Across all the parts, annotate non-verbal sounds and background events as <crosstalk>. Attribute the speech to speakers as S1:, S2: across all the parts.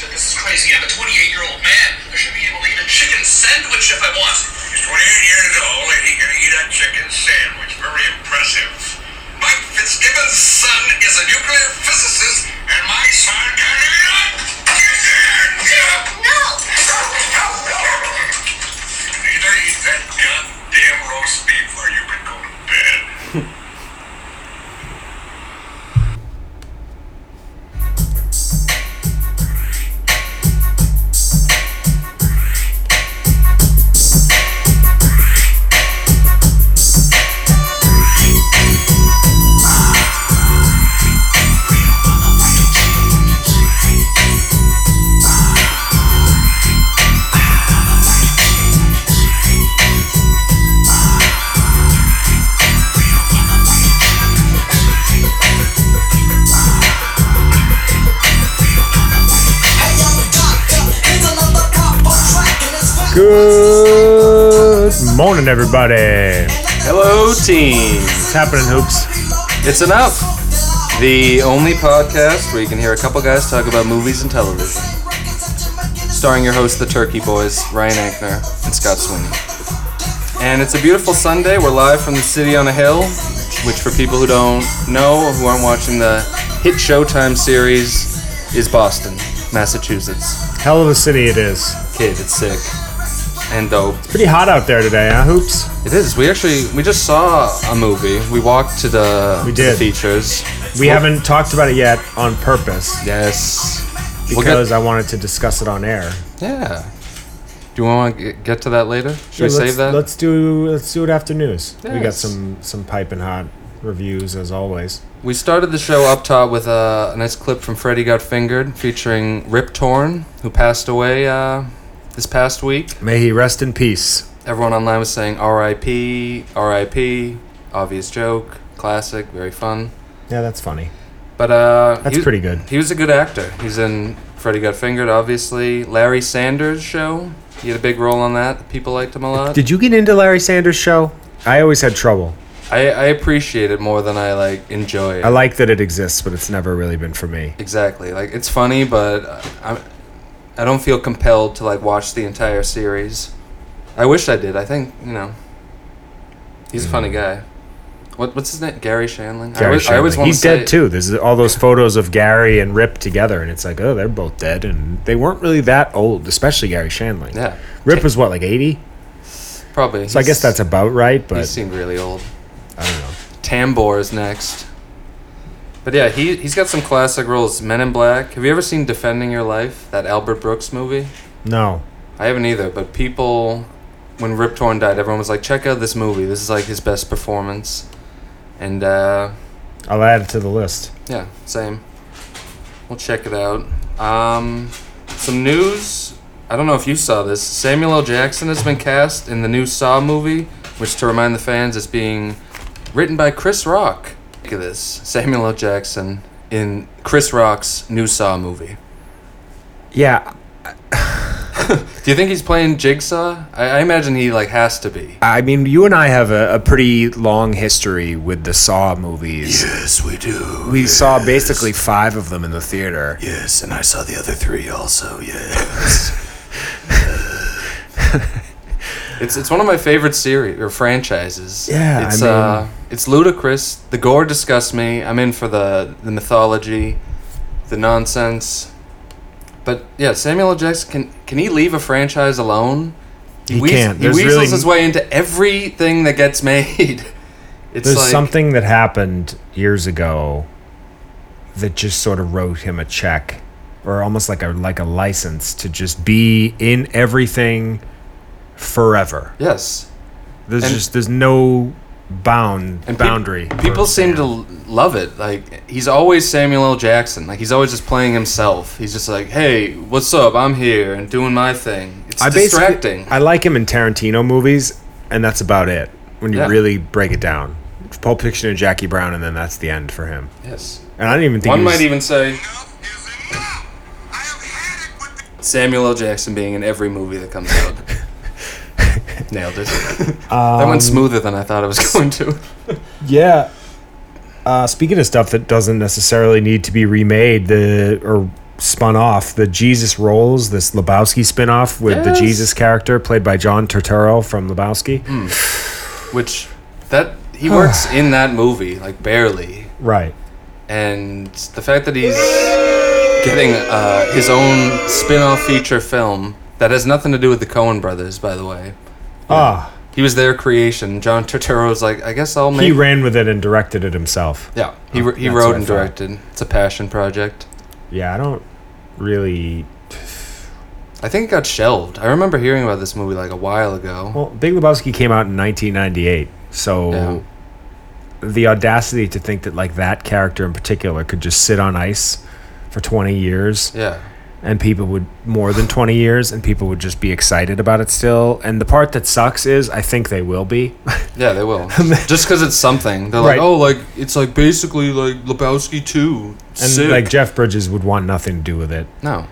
S1: crazy. I'm a 28 year old man. I should be able to eat a chicken sandwich if I want.
S2: He's 28 years old and he can eat a chicken sandwich. Very impressive. Mike Fitzgibbon's son is a nuclear physicist, and my son can eat a chicken. Either eat that goddamn roast beef or you can go to bed.
S3: Good morning, everybody. It's
S4: Hello, teens.
S3: happening, hoops.
S4: It's enough. The only podcast where you can hear a couple guys talk about movies and television. Starring your hosts, the Turkey Boys, Ryan Ankner and Scott Sweeney. And it's a beautiful Sunday. We're live from the city on a hill, which, for people who don't know or who aren't watching the hit Showtime series, is Boston, Massachusetts.
S3: Hell of a city it is.
S4: Kid, it's sick and dope.
S3: Pretty hot out there today, huh, hoops?
S4: It is. We actually we just saw a movie. We walked to the,
S3: We
S4: to the
S3: did.
S4: features.
S3: We haven't talked about it yet on purpose
S4: Yes. We'll get-
S3: because I wanted to discuss it on air.
S4: Yeah. Do you want to get to that later? Should we
S3: Sure, let's,
S4: save that?
S3: Let's do let's do it after news. We got
S4: Yes.
S3: some some piping hot reviews as always.
S4: We started the show up top with a, a nice clip from Freddy Got Fingered featuring Rip Torn, who passed away uh, this past week.
S3: May he rest in peace.
S4: Everyone online was saying RIP, RIP, obvious joke, classic, very fun.
S3: Yeah, that's funny.
S4: But uh,
S3: That's
S4: he-
S3: pretty good.
S4: He was a good actor. He's in Freddy Got Fingered, obviously. Larry Sanders' show. He had a big role on that. People liked him a lot.
S3: Did you get into Larry Sanders' show? I always had trouble.
S4: I, I appreciate it more than I like enjoy it.
S3: I like that it exists, but it's never really been for me.
S4: Exactly. Like it's funny, but I, I don't feel compelled to like watch the entire series. I wish I did. I think you know, he's a funny guy. What what's his name? Gary Shanley.
S3: Mm. Gary
S4: I always, I always
S3: Shandling.
S4: wanna
S3: He's
S4: say-
S3: dead too. There's all those photos of Gary and Rip together, and it's like, oh, they're both dead, and they weren't really that old, especially Gary Shandling.
S4: Yeah,
S3: Rip was what, like 80?
S4: probably.
S3: So I guess that's about right,
S4: He
S3: but
S4: seemed really old.
S3: I don't know.
S4: Tambor is next. But yeah, he he's got some classic roles. Men in Black. Have you ever seen Defending Your Life? That Albert Brooks movie.
S3: No.
S4: I haven't either, but people, when Rip Torn died, everyone was like, check out this movie. This is like his best performance. And, uh,
S3: I'll add it to the list.
S4: yeah, same. We'll check it out. Um, some news. I don't know if you saw this. Samuel L. Jackson has been cast in the new Saw movie, which, to remind the fans, is being written by Chris Rock. Look at this Samuel L. Jackson in Chris Rock's new Saw movie.
S3: Yeah,
S4: Do you think he's playing Jigsaw? I, I imagine he like has to be.
S3: I mean, you and I have a, a pretty long history with the Saw movies.
S2: Yes, we do.
S3: We saw basically five of them in the theater.
S2: Yes, and I saw the other three also, yeah.
S4: <laughs> It's it's one of my favorite series or franchises.
S3: Yeah,
S4: it's
S3: I mean-
S4: uh, it's ludicrous. The gore disgusts me. I'm in for the the mythology, the nonsense. But yeah, Samuel L. Jackson can can he leave a franchise alone?
S3: He
S4: weas-
S3: can't.
S4: He
S3: There's
S4: weasels
S3: really-
S4: his way into everything that gets <laughs> made. It's
S3: There's
S4: like
S3: something that happened years ago that just sort of wrote him a check or almost like a like a license to just be in everything forever.
S4: yes.
S3: There's
S4: And-
S3: just there's no bound
S4: And peop-
S3: boundary.
S4: people
S3: for
S4: seem
S3: Sam.
S4: to l- love it. Like he's always Samuel L. Jackson. Like he's always just playing himself. He's just like, "Hey, what's up? I'm here and doing my thing." It's
S3: I basically-
S4: distracting.
S3: I like him in Tarantino movies and that's about it when you
S4: Yeah.
S3: really break it down. Pulp Fiction and Jackie Brown and then that's the end for him.
S4: yes.
S3: And I don't even think
S4: One
S3: he was-
S4: might even say
S2: Enough is enough. I have had it with the
S4: Samuel L. Jackson being in every movie that comes
S3: <laughs>
S4: out. Nailed it. that
S3: Um,
S4: went smoother than I thought it was <laughs> going to.
S3: Yeah. Uh, speaking of stuff that doesn't necessarily need to be remade, the or spun off the Jesus Rolls, this Lebowski spin-off with the
S4: Yes.
S3: Jesus character played by John Turturro from Lebowski.
S4: Hmm. which that he
S3: <sighs>
S4: works in that movie like barely,
S3: Right.
S4: and the fact that he's getting uh, his own spin-off feature film that has nothing to do with the Coen Brothers, by the way.
S3: Ah,
S4: He was their creation. John Turturro's like, I guess I'll make.
S3: he ran with it and directed it himself.
S4: yeah, he, wr- he
S3: that's
S4: wrote
S3: what I
S4: and
S3: thought.
S4: directed. It's a passion project.
S3: Yeah, I don't really.
S4: I think it got shelved. I remember hearing about this movie like a while ago.
S3: Well, Big Lebowski came out in 1998, so
S4: Yeah.
S3: the audacity to think that like that character in particular could just sit on ice for 20 years
S4: Yeah.
S3: and people would more than 20 years and people would just be excited about it still. And the part that sucks is I think they will be. <laughs>
S4: Yeah, they will. Just because it's something, they're
S3: Right.
S4: like, oh, like it's like basically like Lebowski two.
S3: And
S4: Sick.
S3: like Jeff Bridges would want nothing to do with it.
S4: no.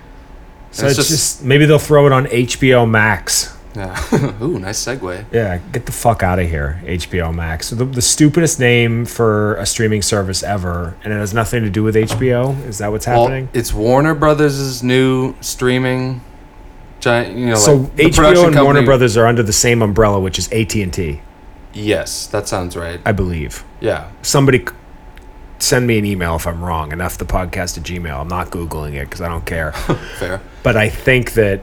S3: So
S4: It's
S3: it's,
S4: just-
S3: just, maybe they'll throw it on HBO Max.
S4: Yeah. <laughs> Ooh, nice segue.
S3: Yeah, get the fuck out of here, HBO Max. The, the stupidest name for a streaming service ever, and it has nothing to do with HBO. Is that what's
S4: Well,
S3: happening?
S4: it's Warner Brothers' new streaming giant. You know,
S3: so
S4: like, the production
S3: HBO and Warner
S4: company-
S3: Brothers are under the same umbrella, which is AT and T,
S4: Yes, that sounds right.
S3: I believe.
S4: Yeah,
S3: Somebody c- send me an email if I'm wrong, and f the podcast at Gmail. I'm not googling it because I
S4: <laughs>
S3: don't care.
S4: fair.
S3: but I think that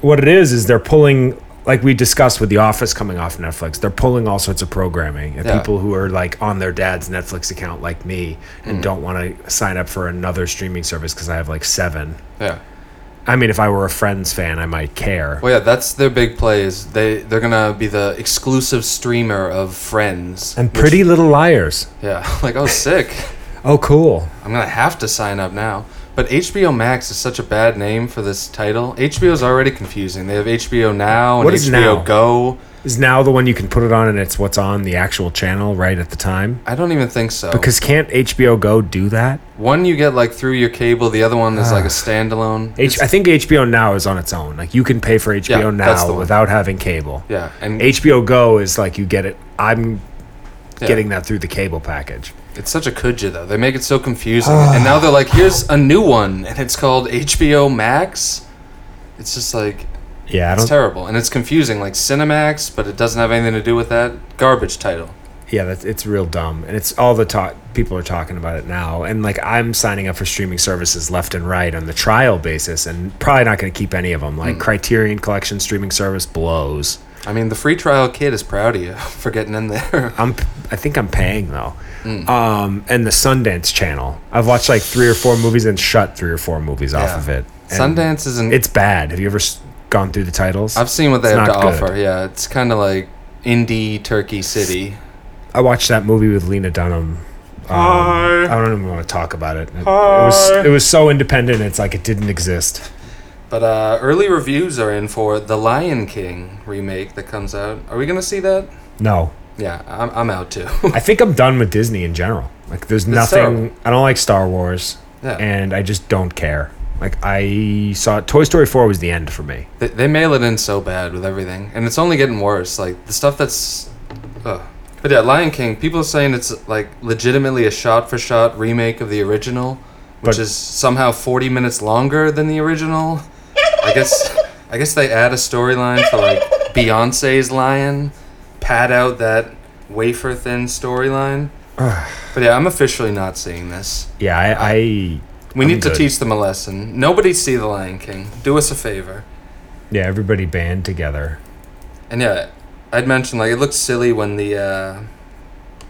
S3: what it is is they're pulling like we discussed with The Office coming off Netflix, they're pulling all sorts of programming and
S4: Yeah.
S3: people who are like on their dad's Netflix account like me
S4: Hmm.
S3: and don't want to sign up for another streaming service because I have like seven.
S4: Yeah.
S3: I mean, if I were a Friends fan, I might care.
S4: Well, yeah, that's their big play. Is they they're gonna be the exclusive streamer of Friends.
S3: and
S4: which-
S3: Pretty Little Liars.
S4: yeah, <laughs> like oh, sick.
S3: Oh, cool.
S4: I'm gonna have to sign up now. But HBO Max is such a bad name for this title. HBO's already confusing. They have HBO Now and
S3: What is
S4: HBO
S3: Now?
S4: Go.
S3: Is now the one you can put it on and it's what's on the actual channel right at the time?
S4: I don't even think so.
S3: Because can't HBO Go do that?
S4: one you get like through your cable, the other one is
S3: Ah.
S4: like a standalone.
S3: H- I think HBO Now is on its own. Like you can pay for HBO
S4: Yeah, that's the
S3: Now
S4: one.
S3: without having cable.
S4: yeah, and
S3: HBO Go is like you get it. I'm
S4: yeah.
S3: getting that through the cable package.
S4: It's such a kudja though. They make it so confusing.
S3: Ah.
S4: and now they're like, here's a new one, and it's called HBO Max. It's just like
S3: Yeah, I
S4: it's
S3: don't.
S4: terrible and it's confusing, like Cinemax, but it doesn't have anything to do with that garbage title.
S3: yeah, that's it's real dumb, and it's all the talk. People are talking about it now, and like I'm signing up for streaming services left and right on the trial basis, and probably not going to keep any of them.
S4: Mm.
S3: Like Criterion Collection streaming service blows.
S4: I mean, the free trial kid is proud of you <laughs> for getting in there.
S3: I'm I think I'm paying though.
S4: Hmm.
S3: Um, and the Sundance Channel. I've watched like three or four movies and shut three or four movies off
S4: Yeah.
S3: of it. And
S4: Sundance isn't.
S3: It's bad. Have you ever s- gone through the titles?
S4: I've seen what they
S3: it's
S4: have to
S3: not good.
S4: offer. Yeah, it's kind of like indie Turkey City.
S3: I watched that movie with Lena Dunham. Um, I don't even want to talk about it. It, it was it was so independent. It's like it didn't exist.
S4: But uh, early reviews are in for the Lion King remake that comes out. Are we gonna see that?
S3: No,
S4: Yeah, I'm, I'm out too. <laughs>
S3: I think I'm done with Disney in general. Like there's nothing.
S4: terrible.
S3: I don't like Star Wars,
S4: Yeah.
S3: and I just don't care. Like I saw Toy Story four was the end for me.
S4: They, they mail it in so bad with everything, and it's only getting worse. Like the stuff that's, ugh. but yeah, Lion King. People are saying it's like legitimately a shot-for-shot remake of the original, which
S3: But-
S4: is somehow 40 minutes longer than the original. I
S3: <laughs>
S4: guess, I guess they add a storyline for like Beyonce's lion, pad out that wafer thin
S3: <sighs>
S4: storyline. but yeah, I'm officially not seeing this.
S3: Yeah, I, I
S4: We
S3: I'm
S4: need to
S3: good.
S4: teach them a lesson. Nobody see the Lion King. Do us a favor.
S3: yeah everybody band together.
S4: And yeah, I'd mentioned like it looks silly when the uh,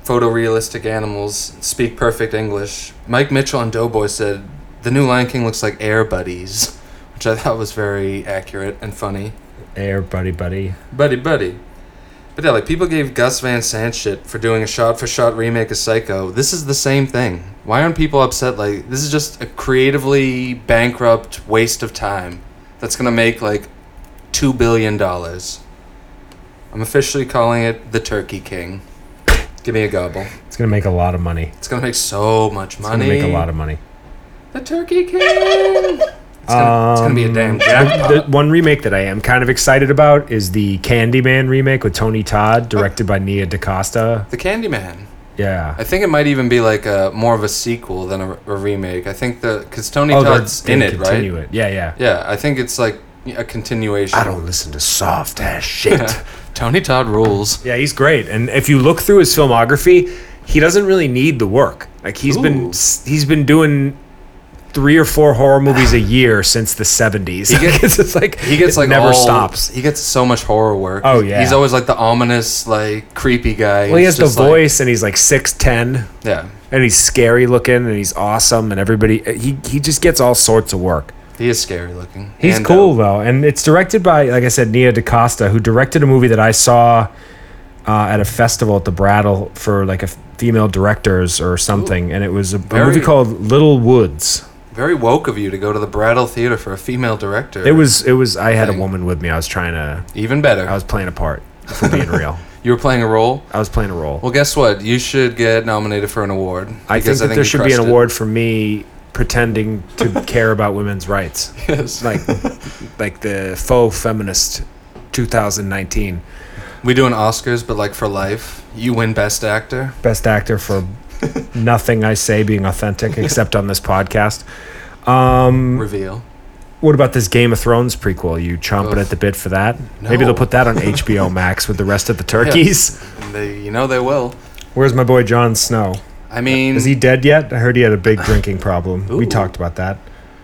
S4: photorealistic animals speak perfect English. Mike Mitchell and Doughboy said the new Lion King looks like Air Buddies, <laughs> which I thought was very accurate and funny.
S3: Air buddy buddy.
S4: Buddy, buddy. But yeah, like people gave Gus Van Sant shit for doing a shot-for-shot remake of Psycho. This is the same thing. Why aren't people upset? Like this is just a creatively bankrupt waste of time that's gonna make like two billion dollars. I'm officially calling it the Turkey King. Give me a gobble.
S3: It's gonna make a lot of money.
S4: It's gonna make so much
S3: It's
S4: money.
S3: gonna make a lot of money.
S4: the Turkey King. It's gonna, it's gonna be a damn jackpot.
S3: Um, <laughs> The one remake that I am kind of excited about is the Candyman remake with Tony Todd, directed by Nia DaCosta.
S4: the Candyman.
S3: Yeah.
S4: I think it might even be like a more of a sequel than a, a remake. I think the because Tony
S3: oh, they're-
S4: Todd's
S3: they
S4: in it,
S3: continue
S4: right?
S3: it. Yeah, yeah.
S4: Yeah, I think it's like a continuation.
S3: I don't listen to soft ass shit.
S4: <laughs> Tony Todd rules.
S3: yeah, he's great. And if you look through his filmography, he doesn't really need the work. Like he's
S4: Ooh.
S3: been he's been doing three or four horror movies
S4: <sighs>
S3: a year since the 70s. He
S4: gets-
S3: <laughs> it's like
S4: He gets
S3: it
S4: like
S3: never
S4: all-
S3: stops.
S4: He gets so much horror work.
S3: Oh, yeah.
S4: He's always like the ominous, like creepy guy.
S3: Well, he
S4: It's
S3: has the
S4: just, like-
S3: voice and he's like 6'10
S4: Yeah,
S3: and he's scary looking and he's awesome and everybody uh, he he just gets all sorts of work.
S4: he is scary looking.
S3: He's
S4: And, uh,
S3: cool though, and it's directed by, like I said, Nia DaCosta, who directed a movie that I saw uh, at a festival at the Brattle for like a f- female directors or something, and it was a, a
S4: Very-
S3: movie called Little Woods.
S4: very woke of you to go to the Brattle Theater for a female director.
S3: It was, it was. I had a
S4: Dang.
S3: woman with me. I was trying to,
S4: even better.
S3: I was playing a part. If we're being
S4: <laughs>
S3: real,
S4: you were playing a role.
S3: I was playing a role.
S4: Well, guess what? You should get nominated for an award.
S3: I think
S4: because
S3: that there
S4: you
S3: should be an
S4: crushed it.
S3: award for me pretending to care about women's
S4: <laughs>
S3: rights,
S4: Yes.
S3: <laughs> like, like the faux feminist, 2019.
S4: We do an Oscars, but like for life, you win Best Actor.
S3: best actor for nothing I say being authentic <laughs> except on this podcast. Mm.
S4: Reveal.
S3: What about this Game of Thrones prequel? You chomping
S4: Ugh.
S3: at the bit for that? Maybe
S4: No.
S3: they'll put that on HBO Max with the rest of <laughs> the turkeys.
S4: And they, you know, they will.
S3: Where's my boy Jon Snow?
S4: I mean,
S3: Is he dead yet? I heard he had a big drinking problem. We
S4: Ooh.
S3: talked about that.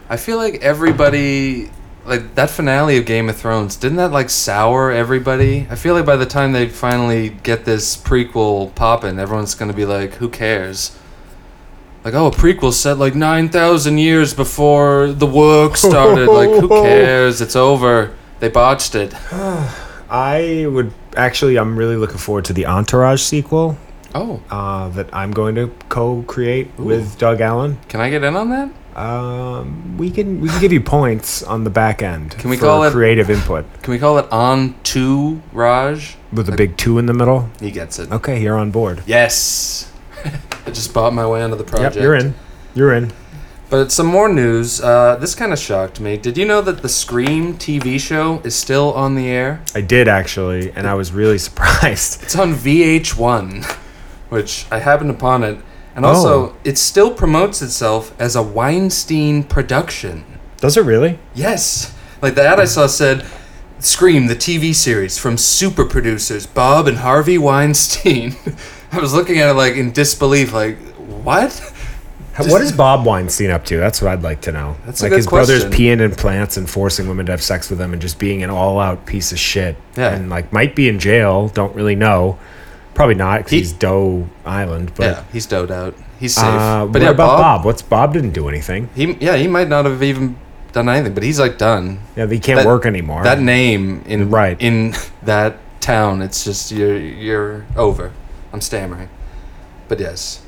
S4: I feel like everybody, like that finale of Game of Thrones, didn't that like sour everybody? I feel like by the time they finally get this prequel poppin', everyone's gonna be like, who cares? Like, oh, a prequel set like 9,000 years before the
S3: <laughs>
S4: work started. like, who cares? It's over. They botched it.
S3: I would actually, I'm really looking forward to the Entourage sequel
S4: Oh,
S3: uh, that I'm going to co-create with Doug Allen.
S4: can I get in on that?
S3: Um, we can we can give you points on the back end. Can
S4: we call it-
S3: creative input
S4: Can we call it On to Raj?
S3: with a big two in the middle?
S4: He gets it.
S3: Okay, you're on board.
S4: Yes. <laughs> I just bought my way onto the project.
S3: Yep, you're in. You're in.
S4: But some more news. Uh, this kind of shocked me. Did you know that the Scream TV show is still on the air?
S3: I did actually, and I was really <laughs> surprised.
S4: It's on VH1, <laughs> which I happened upon it. And also,
S3: Oh.
S4: it still promotes itself as a Weinstein production.
S3: Does it really?
S4: Yes. Like the ad I saw said, Scream, the TV series from super producers Bob and Harvey Weinstein. <laughs> I was looking at it like in disbelief, like, what?
S3: what is Bob Weinstein up to? That's what I'd like to know.
S4: That's a
S3: like
S4: good
S3: his brother's
S4: question.
S3: peeing in plants and forcing women to have sex with him and just being an all out piece of shit.
S4: Yeah.
S3: And like might be in jail, don't really know. Probably not because
S4: He-
S3: he's Doe Island,
S4: Yeah,
S3: but
S4: he's doed out. He's safe.
S3: uh,
S4: but
S3: what
S4: yeah,
S3: about Bob?
S4: Bob,
S3: What's Bob didn't do anything.
S4: He yeah, he might not have even done anything, but he's like done.
S3: Yeah, he can't
S4: That-
S3: work anymore.
S4: That name in
S3: Right.
S4: in <laughs> that town, it's just you're you're over. I'm stammering, but yes,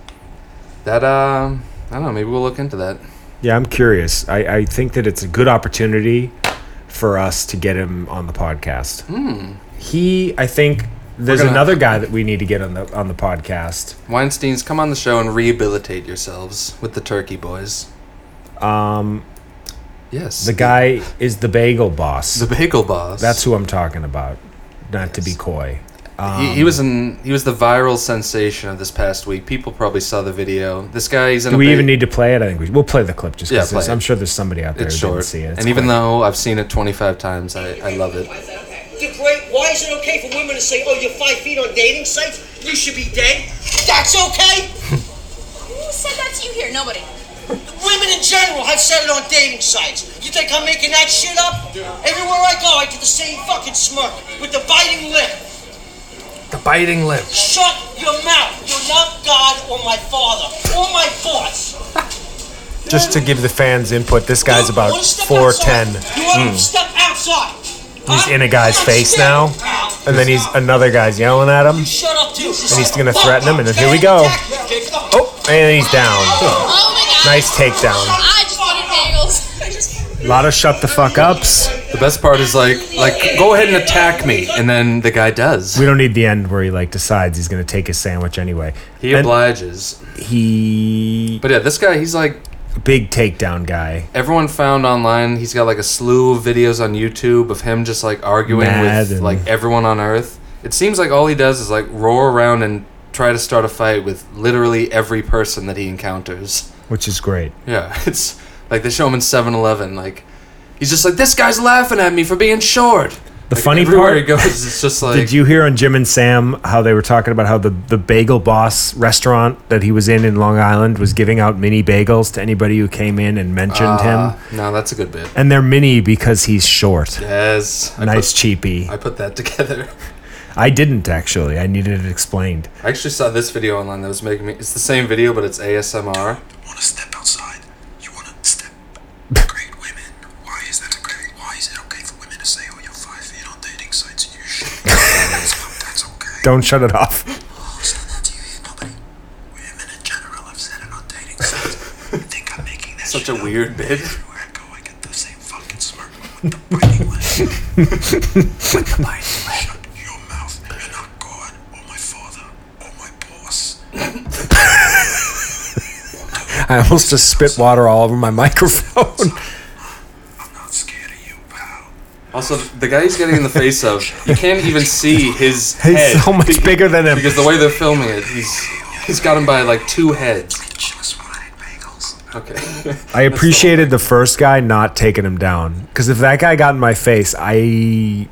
S4: that um, I don't know. Maybe we'll look into that.
S3: Yeah, I'm curious. I, I think that it's a good opportunity for us to get him on the podcast. He, I think, there's
S4: Hmm. gonna-
S3: another guy that we need to get on the on the podcast.
S4: Weinstein's, come on the show and rehabilitate yourselves with the Turkey Boys.
S3: Um,
S4: Yes,
S3: the guy is the Bagel Boss.
S4: the Bagel Boss.
S3: That's who I'm talking about. Not to be coy.
S4: he, he was in. He was the viral sensation of this past week. People probably saw the video. This guy, he's in.
S3: Do
S4: a
S3: we
S4: ba-
S3: even need to play it? I think we, we'll play the clip just
S4: Yeah, play
S3: because
S4: it.
S3: I'm sure there's somebody out there
S4: It's
S3: who
S4: short.
S3: didn't see it.
S4: and
S3: It's
S4: even
S3: quick.
S4: though I've seen it 25 times, I, I love it.
S5: Why is that okay? The great, why is it okay for women to say, oh, you're five feet on dating sites? You should be dead. That's okay?
S6: Who said that to you here? Nobody.
S5: Women in general have said it on dating sites. You think I'm making that shit up? Everywhere I go, I do the same fucking smirk with the biting lip.
S4: The biting lip.
S5: Shut your mouth. You're not God or my father or my boss.
S3: just to give the fans input, this guy's
S5: You
S3: about
S5: wanna step
S3: four
S5: outside?
S3: ten, Hmm.
S5: You want to step outside?
S3: He's
S5: huh?
S3: in a guy's
S5: I'm
S3: face
S5: scared,
S3: now,
S5: pal.
S3: and then he's another guy's yelling at him.
S5: Shut up, too.
S3: And he's gonna threaten him, and then here we go. Oh, and he's down.
S6: Oh my god.
S3: Nice takedown.
S6: I just wanted bagels. I just.
S3: A lot of shut the fuck ups.
S4: The best part is like, like go ahead and attack me, and then the guy does.
S3: We don't need the end where he like decides he's gonna take his sandwich anyway.
S4: He obliges.
S3: He
S4: But yeah, this guy, he's like
S3: big takedown guy.
S4: everyone found online. He's got like a slew of videos on YouTube of him just like arguing
S3: Mad
S4: with
S3: and-
S4: like everyone on Earth. It seems like all he does is like roar around and try to start a fight with literally every person that he encounters.
S3: which is great.
S4: Yeah, <laughs> it's like they show him in 7-Eleven. Like he's just like this guy's laughing at me for being short.
S3: The
S4: Like,
S3: funny
S4: everywhere
S3: part-
S4: he goes, it's just like
S3: <laughs> Did you hear on Jim and Sam how they were talking about how the, the bagel boss restaurant that he was in in Long Island was giving out mini bagels to anybody who came in and mentioned him?
S4: No, that's a good bit.
S3: And they're mini because he's short.
S4: Yes,
S3: nice
S4: I
S3: cheapy.
S4: put, <laughs> I put that together. <laughs>
S3: I didn't actually. I needed it explained.
S4: I actually saw this video online that was making me. It's the same video, but it's ASMR.
S2: Want to step outside? You want to step? Great women. Why is that okay? Why is it okay for women to say, "Oh, you're five feet on dating sites"? You should. That's okay.
S3: Don't shut it off. <laughs>
S2: I've said that to you, nobody. Women in general have said it on dating sites. I think I'm making that
S4: Such
S2: shit
S4: a
S2: up.
S4: weird bit.
S2: Everywhere I go, I get the same fucking smirk with the <laughs> biting leg. with the biting leg. Shut your mouth. You're not God or my father or my boss.
S3: I almost just spit water all over my <laughs> microphone.
S2: I'm not scared of you, pal.
S4: Also, the guy he's getting in the face of, you can't even see his
S3: <laughs> He's
S4: head
S3: so much bigger than him.
S4: because the way they're filming it, he's he's got him by like two heads.
S2: Just wanted bagels.
S4: Okay. <laughs>
S3: I appreciated the first guy not taking him down because if that guy got in my face, I,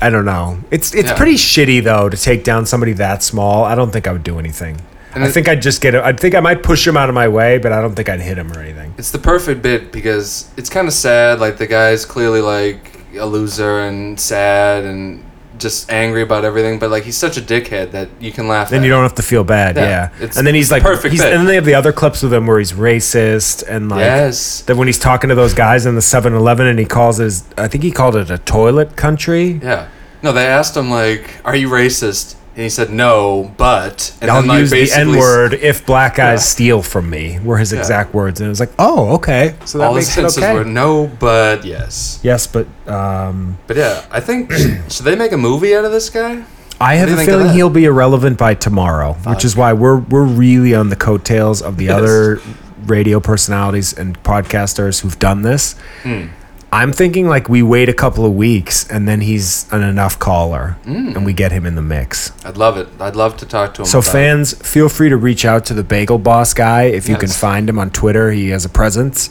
S3: I don't know. It's it's
S4: Yeah.
S3: pretty shitty though to take down somebody that small. I don't think I would do anything.
S4: And
S3: I
S4: it-
S3: think I'd just get. I think I might push him out of my way, but I don't think I'd hit him or anything.
S4: It's the perfect bit because it's kind of sad. Like the guy's clearly like a loser and sad and just angry about everything. But like he's such a dickhead that you can laugh.
S3: Then
S4: at
S3: you
S4: it.
S3: don't have to feel bad.
S4: Yeah,
S3: Yeah.
S4: it's
S3: And then he's like
S4: perfect
S3: He's,
S4: fit.
S3: and then they have the other clips with him where he's racist and like
S4: Yes.
S3: that when he's talking to those guys in the 7-Eleven and he calls his I think he called it a toilet country.
S4: Yeah. No, they asked him like, "Are you racist?" And he said, "No, but." And
S3: I'll
S4: then, like,
S3: use the
S4: basically
S3: N word if black guys steal from me. Were his exact words, and it was like, oh, okay, so that
S4: All his
S3: makes it
S4: sentences
S3: okay.
S4: were no, but yes.
S3: yes, but um,
S4: But yeah, I
S3: <clears throat>
S4: think should they make a movie out of this guy?
S3: I have
S4: do you think
S3: a
S4: of
S3: feeling
S4: that?
S3: he'll be irrelevant by tomorrow, which is why we're we're really on the coattails of the other radio personalities and podcasters who've done this.
S4: Hmm.
S3: I'm thinking like we wait a couple of weeks and then he's an enough caller
S4: Hmm.
S3: and we get him in the mix.
S4: I'd love it. I'd love to talk to him.
S3: So
S4: about it.
S3: fans, feel free to reach out to the Bagel Boss guy if you can
S4: Yes.
S3: find him on Twitter. He has a presence.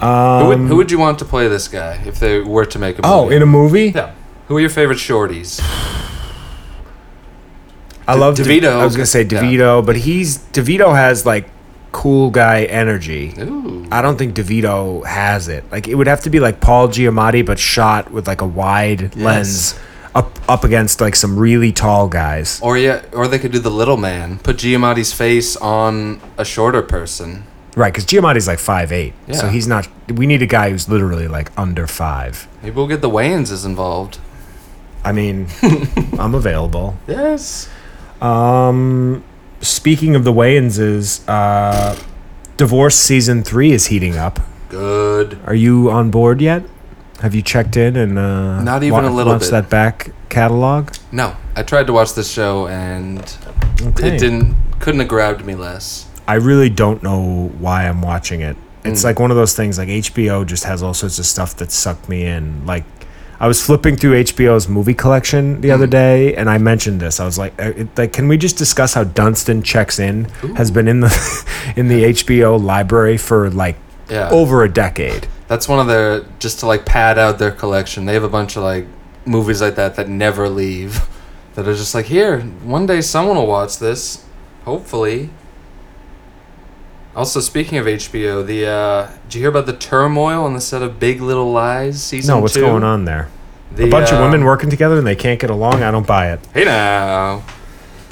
S4: who would, who would you want to play this guy if they were to make a movie?
S3: Um, Oh, in a movie?
S4: yeah. Who are your favorite shorties?
S3: I love
S4: DeVito.
S3: De- I was gonna say
S4: Yeah.
S3: DeVito, but he's DeVito has like cool guy energy.
S4: Ooh.
S3: I don't think DeVito has it. Like it would have to be like Paul Giamatti, but shot with like a wide lens up up against like some really tall guys.
S4: Or yeah, or they could do the little man. Put Giamatti's face on a shorter person.
S3: Right, because Giamatti's like five eight, so
S4: Yeah.
S3: he's not. We need a guy who's literally like under five.
S4: Maybe we'll get the Wayans is involved.
S3: I
S4: <laughs>
S3: mean, I'm available.
S4: Yes.
S3: Speaking of the Wayanses, uh, Divorce season three is heating up.
S4: Good.
S3: Are you on board yet? Have you checked in and uh,
S4: Not even a little
S3: watched
S4: bit.
S3: that back catalog?
S4: No, I tried to watch this show and
S3: Okay.
S4: it didn't couldn't have grabbed me less.
S3: I really don't know why I'm watching it. It's
S4: Mm.
S3: like one of those things. Like HBO just has all sorts of stuff that sucked me in. Like I was flipping through HBO's movie collection the
S4: Mm.
S3: other day, and I mentioned this. I was like, uh, it, "Like, can we just discuss how Dunstan checks in has been in the <laughs> in the HBO library for like
S4: Yeah.
S3: over a decade?"
S4: That's one of their just to like pad out their collection. They have a bunch of like movies like that that never leave. <laughs> That are just like here. One day someone will watch this. Hopefully. Also, speaking of HBO, the uh, did you hear about the turmoil on the set of Big Little Lies season?
S3: No, what's
S4: two?
S3: going on there?
S4: The,
S3: a bunch of
S4: uh,
S3: women working together and they can't get along. I don't buy it.
S4: Hey now.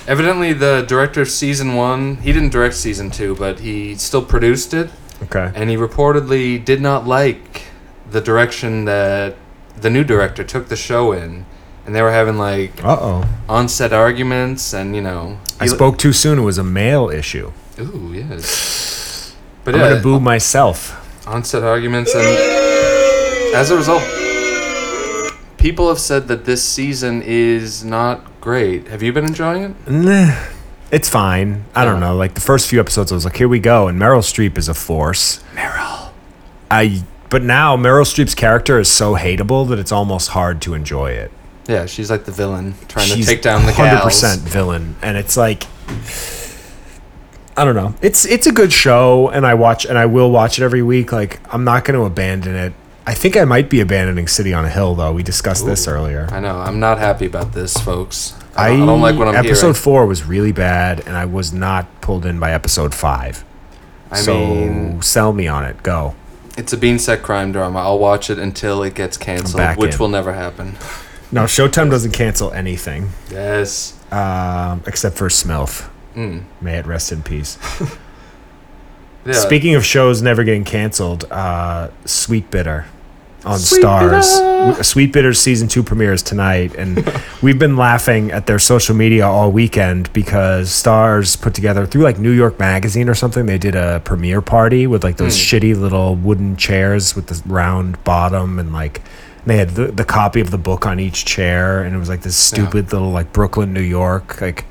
S4: Evidently, the director of season one, he didn't direct season two, but he still produced it,
S3: Okay.
S4: and he reportedly did not like the direction that the new director took the show in, and they were having like
S3: Uh oh.
S4: on-set arguments, and you know,
S3: I
S4: he-
S3: spoke too soon. It was a male issue.
S4: Ooh, yes. But
S3: I'm
S4: yeah,
S3: gonna boo myself.
S4: onset arguments, and as a result, people have said that this season is not great. Have you been enjoying it?
S3: Nah, it's fine. I don't
S4: Yeah.
S3: know. Like the first few episodes, I was like, here we go. And Meryl Streep is a force. Meryl. I. But now Meryl Streep's character is so hateable that it's almost hard to enjoy it.
S4: Yeah, she's like the villain trying
S3: She's
S4: to take down the 100%.
S3: 100% villain, and it's like I don't know. It's it's a good show, and I watch and I will watch it every week. Like I'm not going to abandon it. I think I might be abandoning City on a Hill, though. We discussed this earlier.
S4: I know. I'm not happy about this, folks. I,
S3: I,
S4: don't- I don't like what I'm
S3: episode
S4: hearing.
S3: four was really bad, and I was not pulled in by episode five.
S4: I
S3: so
S4: mean,
S3: sell me on it. Go.
S4: it's a bean set crime drama. I'll watch it until it gets canceled,
S3: back
S4: which
S3: in.
S4: will never happen.
S3: No, Showtime doesn't cancel anything
S4: Yes.
S3: um, except for Smilf.
S4: Hmm.
S3: May it rest in peace.
S4: Yeah.
S3: Speaking of shows never getting canceled, uh, Sweet Bitter on
S4: Sweet
S3: Stars.
S4: Bitter.
S3: W- Sweet Bitter's season two premieres tonight,
S4: <laughs>
S3: and we've been laughing at their social media all weekend because Stars put together through like New York Magazine or something. They did a premiere party with like those
S4: Hmm.
S3: shitty little wooden chairs with the round bottom and like. and They had the, the copy of the book on each chair, and it was like this stupid little like Brooklyn, New York, like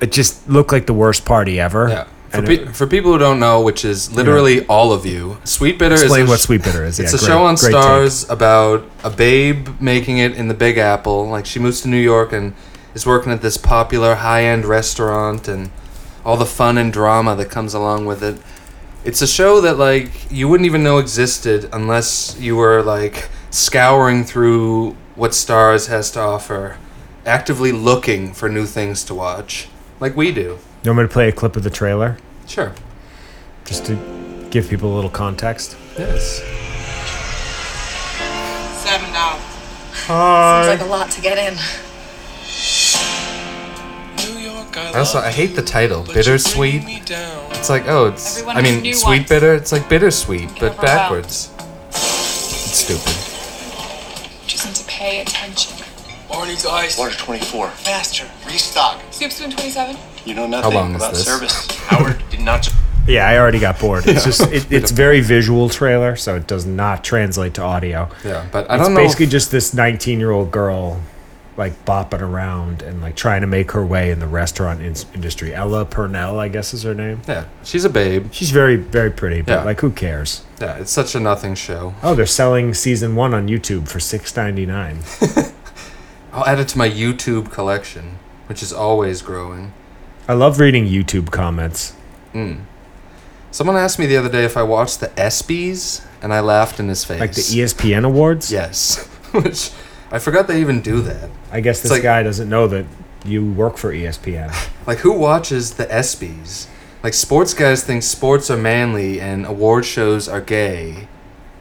S3: it just looked like the worst party ever.
S4: Yeah. For,
S3: And
S4: pe-
S3: it-
S4: for people who don't know, which is literally all of you, Sweet Bitter
S3: Explain
S4: is a
S3: what
S4: sh-
S3: Sweet Bitter is.
S4: It's
S3: Yeah,
S4: a
S3: great-
S4: show on
S3: great take.
S4: Stars about a babe making it in the Big Apple. Like she moves to New York and is working at this popular high-end restaurant and all the fun and drama that comes along with it. It's a show that like you wouldn't even know existed unless you were like scouring through what Stars has to offer, actively looking for new things to watch, like we do.
S3: You want me to play a clip of the trailer
S4: Sure.
S3: just to give people a little context?
S4: Yes.
S5: Seven dollars.
S6: Seems like a lot to get in.
S7: New York, I,
S4: I also I hate the title,
S7: love, but you
S4: bittersweet.
S7: bring me down.
S4: It's like, oh, it's.
S6: Everyone
S4: I
S6: has
S4: mean,
S6: new
S4: sweet
S6: ones.
S4: bitter. It's like bittersweet, but
S6: help out.
S4: backwards. It's stupid.
S6: Just need to pay attention.
S7: Arnie's eyes.
S8: Water 24.
S7: Faster.
S8: Restock.
S6: Soup spoon 27.
S8: You know nothing
S4: long is
S8: about
S4: this?
S8: service. Howard did not.
S3: Yeah, I already got bored. It's just
S4: <laughs>
S3: it, it's very visual trailer, so it does not translate to audio.
S4: Yeah, but I
S3: It's
S4: don't know.
S3: basically just this 19-year-old girl like bopping around and like trying to make her way in the restaurant in- industry. Ella Purnell, I guess is her name.
S4: yeah, she's a babe.
S3: She's very very pretty, but
S4: Yeah.
S3: like who cares?
S4: Yeah, it's such a nothing show.
S3: Oh, they're selling season 1 on YouTube for 6.99.
S4: I'll add it to my YouTube collection, which is always growing.
S3: I love reading YouTube comments.
S4: Someone asked me the other day if I watched the ESPYS, and I laughed in his face.
S3: Like the E ESPN awards?
S4: Yes, <laughs> which I forgot they even do that.
S3: I guess this
S4: like-
S3: guy doesn't know that you work for E ESPN.
S4: Like, who watches the ESPYS? Like, sports guys think sports are manly and award shows are gay.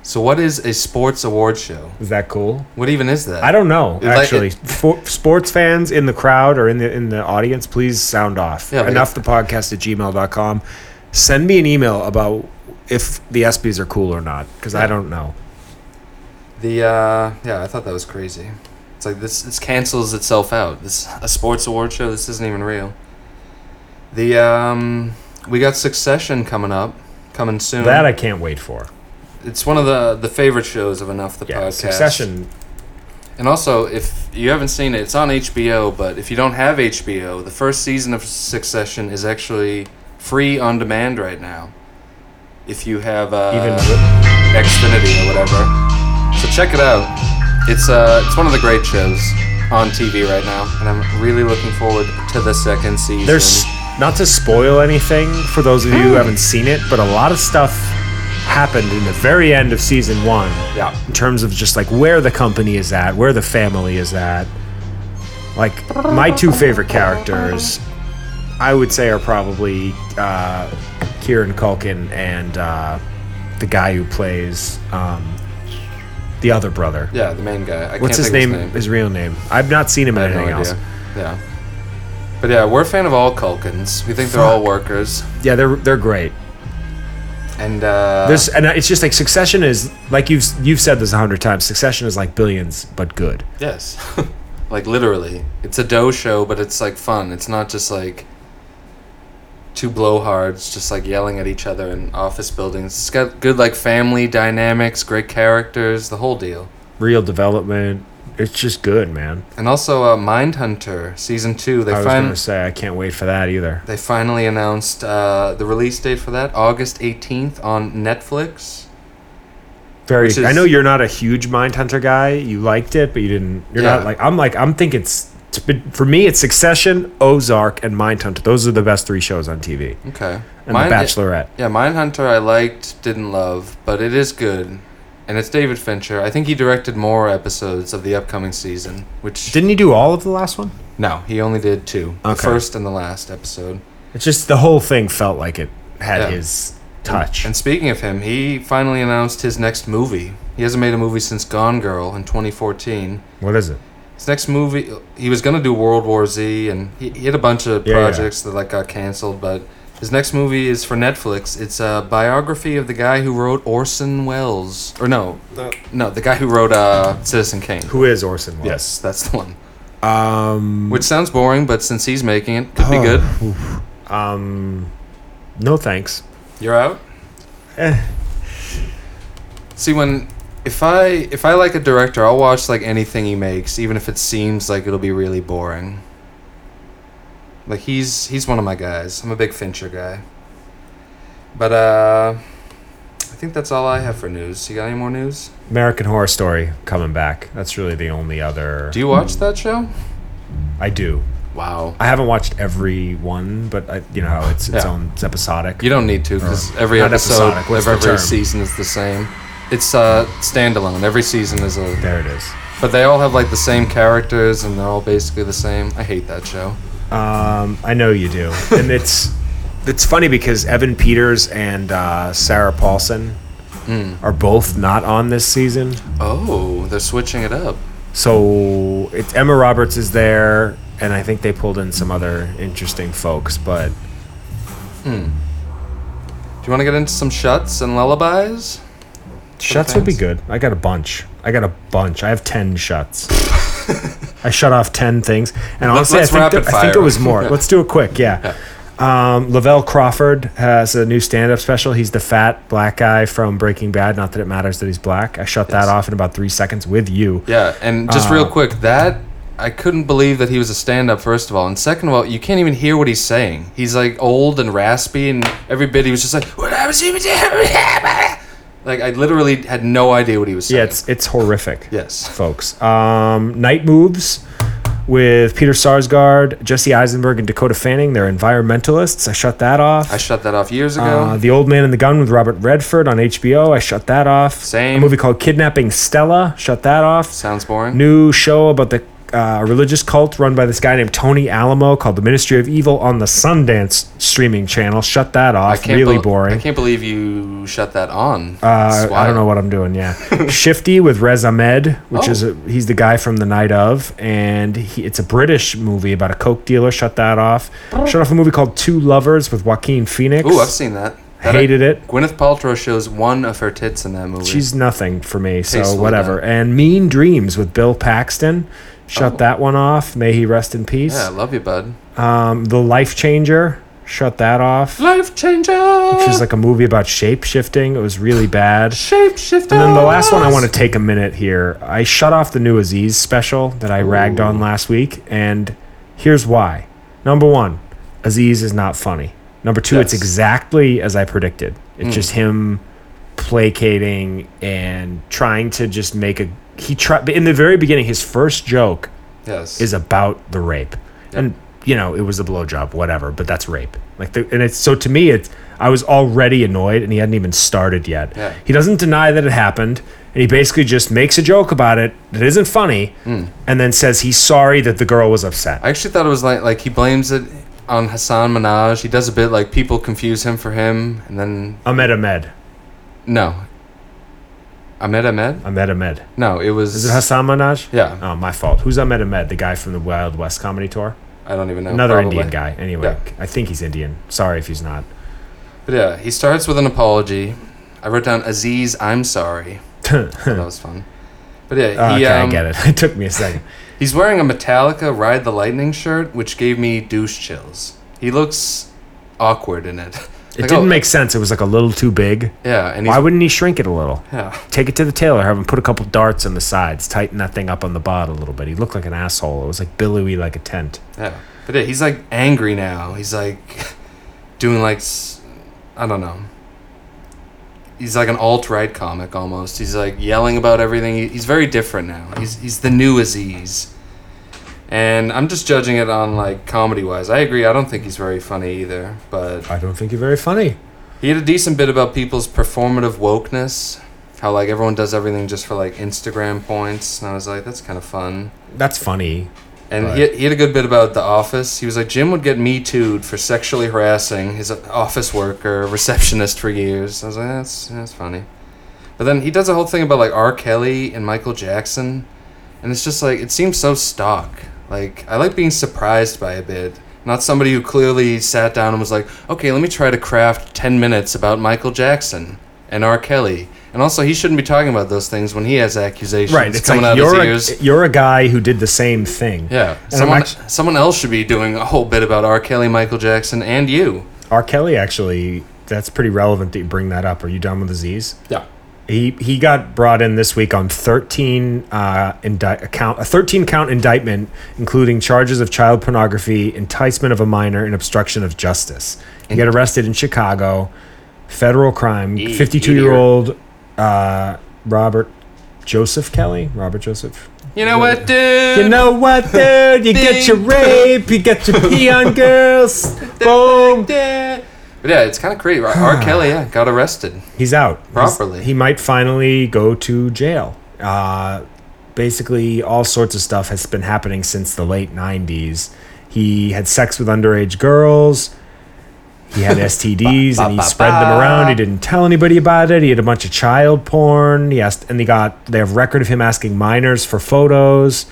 S4: So, what is a sports award show?
S3: Is that cool?
S4: What even is that?
S3: I don't know.
S4: Like,
S3: actually,
S4: it-
S3: For, sports fans in the crowd or in the in the audience, please sound off.
S4: Yeah, like-
S3: Enough the podcast at gmail.com. Send me an email about if the ESPYS are cool or not because I don't know.
S4: The uh, yeah, I thought that was crazy. It's like this this cancels itself out. This a sports award show. This isn't even real. The um, we got Succession coming up, coming soon.
S3: That I can't wait for.
S4: it's one of the the favorite shows of enough the
S3: Yeah,
S4: podcast.
S3: Succession.
S4: And also, if you haven't seen it, it's on HBO. But if you don't have HBO, the first season of Succession is actually free on demand right now. If you have uh,
S3: Even
S4: Xfinity or whatever. So check it out. It's uh, it's one of the great shows on TV right now, and I'm really looking forward to the second season.
S3: there's not to spoil anything for those of you who haven't seen it, but a lot of stuff happened in the very end of season one.
S4: yeah,
S3: in terms of just like where the company is at, where the family is at. Like my two favorite characters, I would say, are probably uh, Kieran Culkin and uh, the guy who plays um, the other brother.
S4: yeah, the main guy. I can't
S3: What's his
S4: think
S3: name,
S4: of
S3: His real name. I've not seen him in
S4: I have
S3: anything
S4: no
S3: else.
S4: idea. Yeah, but yeah, we're a fan of all Culkins. We think they're all workers,
S3: Yeah, they're they're great.
S4: Uh. and uh,
S3: There's and it's just like Succession is like you've you've said this a hundred times. Succession is like billions, but good.
S4: Yes. <laughs> like literally. It's a dough show, but it's like fun. It's not just like two blowhards just like yelling at each other in office buildings. It's got good like family dynamics, great characters, the whole deal.
S3: Real development. It's just good, man.
S4: And also uh, Mindhunter season 2, they
S3: I was
S4: fin-
S3: gonna say I can't wait for that either.
S4: they finally announced uh, the release date for that, August 18th on Netflix.
S3: Very.
S4: Which is-
S3: I know you're not a huge Mindhunter guy. You liked it, but you didn't. You're
S4: Yeah.
S3: not like I'm. Like I'm thinking it's It's been, for me, it's Succession, Ozark, and Mindhunter. Those are the best three shows on TV.
S4: Okay.
S3: And The Bachelorette.
S4: Yeah, Mindhunter I liked, didn't love, but it is good. And it's David Fincher. I think he directed more episodes of the upcoming season, which
S3: Didn't he do all of the last one?
S4: no, he only did two. The
S3: Okay.
S4: first and the last episode.
S3: It's just the whole thing felt like it had
S4: Yeah.
S3: his touch.
S4: And speaking of him, he finally announced his next movie. He hasn't made a movie since Gone Girl in 2014.
S3: what is it?
S4: His next movie, he was gonna do World War Z, and he, he had a bunch of
S3: Yeah, yeah.
S4: projects that like got canceled. But his next movie is for Netflix. It's a biography of the guy who wrote Orson Welles, or no, no, the guy who wrote uh, Citizen Kane.
S3: Who is Orson Welles?
S4: Yes, that's the one. Um, which sounds boring, but since he's making it, could be
S3: Oh.
S4: good.
S3: No thanks.
S4: You're out. See when if I if I like a director, I'll watch like anything he makes, even if it seems like it'll be really boring. Like he's he's one of my guys. I'm a big Fincher guy. But uh I think that's all I have for news. You got any more news?
S3: American Horror Story coming back. That's really the only other.
S4: Do you watch that show?
S3: I do.
S4: Wow.
S3: I haven't watched every one, but I, you know how it's its
S4: Yeah.
S3: own. It's episodic.
S4: You don't need to because every
S3: Not
S4: episode
S3: episodic,
S4: of
S3: what's the
S4: every
S3: term?
S4: season is the same. It's uh standalone. Every season is a
S3: there it is.
S4: But they all have like the same characters and they're all basically the same. I hate that show.
S3: Um, I know you do, and it's <laughs> it's funny because Evan Peters and uh, Sarah Paulson are both not on this season.
S4: Oh, they're switching it up.
S3: So it's Emma Roberts is there, and I think they pulled in some other interesting folks. But
S4: Do you want to get into some shuts and lullabies?
S3: shuts would be
S4: Sometimes.
S3: good. I got a bunch. I got a bunch. I have ten shuts. <laughs> I shut off ten things, and honestly,
S4: let's
S3: I think
S4: rapid
S3: th- I think
S4: fire
S3: it was
S4: them. <laughs>
S3: more. Let's do it quick. Yeah. Um, Lavelle Crawford has a new stand-up special. He's the fat black guy from Breaking Bad. Not that it matters that he's black. I shut that off in about three seconds with you.
S4: Yeah, and just real quick, that I couldn't believe that he was a stand up, first of all. And second of all, you can't even hear what he's saying. He's like old and raspy, and every bit he was just like, "When I was even there," <laughs> Like, I literally had no idea what he was saying.
S3: Yeah, it's it's horrific.
S4: yes.
S3: folks. Um, Night Moves with Peter Sarsgaard, Jesse Eisenberg, and Dakota Fanning. They're environmentalists. I shut that off.
S4: I shut that off years ago.
S3: uh, the Old Man and the Gun with Robert Redford on HBO. I shut that off.
S4: Same.
S3: A movie called Kidnapping Stella. Shut that off.
S4: Sounds boring.
S3: New show about the uh, religious cult run by this guy named Tony Alamo called The Ministry of Evil on the Sundance streaming channel. Shut that off. really
S4: bel- I
S3: boring.
S4: can't believe you shut that on.
S3: Uh, I don't know what I'm doing.
S4: <laughs>
S3: Yeah, Shifty with Rez Ahmed, which is
S4: Oh.
S3: a, he's the guy from The Night of, and he, it's a British movie about a coke dealer. Shut that off. Shut off a movie called Two Lovers with Joaquin Phoenix.
S4: Oh. Ooh, I've seen that. that
S3: Hated it.
S4: Gwyneth Paltrow shows one of her tits in that movie.
S3: She's nothing for me, so
S4: Tastefully
S3: whatever.
S4: done.
S3: And Mean Dreams with Bill Paxton. Shut
S4: Oh.
S3: that one off. May he rest in peace.
S4: yeah, I love you, bud.
S3: Um, the Life Changer. Shut that off.
S4: Life changer.
S3: Which is like a movie about shape shifting. It was really bad.
S4: shapeshifter.
S3: And then the last one I want to take a minute here. I shut off the new Aziz special that I ragged on last week, and here's why. Number one, Aziz is not funny. Number two, it's
S4: Yes. Mm.
S3: exactly as I predicted. It's just him placating and trying to just make a he tried in the very beginning his first joke
S4: Yes.
S3: is about the rape. And you know, it was a blowjob, whatever, but that's rape. Like the, and it's so to me it's I was already annoyed and he hadn't even started yet.
S4: Yeah.
S3: He doesn't deny that it happened and he basically just makes a joke about it that isn't funny and then says he's sorry that the girl was upset.
S4: Hmm. I actually thought it was like like he blames it on Hassan Minaj. He does a bit like people confuse him for him, and then
S3: Ahmed Ahmed.
S4: no. Ahmed Ahmed?
S3: Ahmed Ahmed.
S4: No, it was.
S3: Is it Hassan Minaj?
S4: Yeah.
S3: Oh, my fault. Who's Ahmed Ahmed? The guy from the Wild West comedy tour?
S4: I don't even know.
S3: Another
S4: Oh, probably.
S3: Indian guy. Anyway,
S4: Yeah.
S3: I think he's Indian. Sorry if he's not.
S4: But yeah, he starts with an apology. I wrote down Aziz, I'm
S3: <laughs>
S4: sorry. that was fun. But yeah,
S3: Okay,
S4: he, um,
S3: I get it. <laughs> It took me a second.
S4: he's wearing a Metallica Ride the Lightning shirt, which gave me douche chills. He looks awkward in it. <laughs> oh,
S3: It didn't make sense. It was like a little too big.
S4: Yeah, and he's,
S3: Why wouldn't he shrink it a little?
S4: yeah,
S3: Take it to the tailor, have him put a couple darts on the sides, tighten that thing up on the bot a little bit. He looked like an asshole. It was like billowy like a tent.
S4: yeah. But yeah, he's like angry now. He's like doing like s- I don't know. He's like an alt right comic almost. He's like yelling about everything. He- He's very different now. He's he's the new Aziz. And I'm just judging it on like comedy wise. I agree. I don't think he's very funny either, but
S3: I don't think you're very funny.
S4: he had a decent bit about people's performative wokeness, how like everyone does everything just for like Instagram points. And I was like, that's kind of fun.
S3: That's funny.
S4: And
S3: Right.
S4: he, he had a good bit about the office. He was like, Jim would get me tooed for sexually harassing his office worker, receptionist for years. I was like, that's, that's funny. But then he does a whole thing about like R. Kelly and Michael Jackson. And it's just like, it seems so stock. Like, I like being surprised by a bit. Not somebody who clearly sat down and was like, okay, let me try to craft 10 minutes about Michael Jackson and R. Kelly. And also, he shouldn't be talking about those things when he has accusations
S3: Right. It's
S4: coming out
S3: like
S4: of
S3: you're
S4: his
S3: a,
S4: ears.
S3: you're a guy who did the same thing.
S4: Yeah,
S3: And I'm
S4: someone,
S3: act-
S4: someone else should be doing a whole bit about R. Kelly, Michael Jackson, and you.
S3: R. Kelly actually, that's pretty relevant that you bring that up. Are you done with the Z's?
S4: Yeah.
S3: He he got brought in this week on thirteen uh, indict count a thirteen count indictment, including charges of child pornography, enticement of a minor, and obstruction of justice. He got arrested in Chicago, federal crime. Fifty two year old uh, Robert Joseph Kelly, Robert Joseph.
S4: You know what, dude?
S3: You know what, dude? You get your rape, you get your pee on girls. Boom.
S4: But yeah, it's kind of crazy. R. R. Kelly, yeah, got arrested.
S3: He's out He's-
S4: Properly.
S3: he might finally go to jail. Uh, basically, all sorts of stuff has been happening since the late '90s. He had sex with underage girls.
S4: <laughs>
S3: He had STDs and he spread them around. He didn't tell anybody about it. He had a bunch of child porn. He asked, and they got they have record of him asking minors for photos.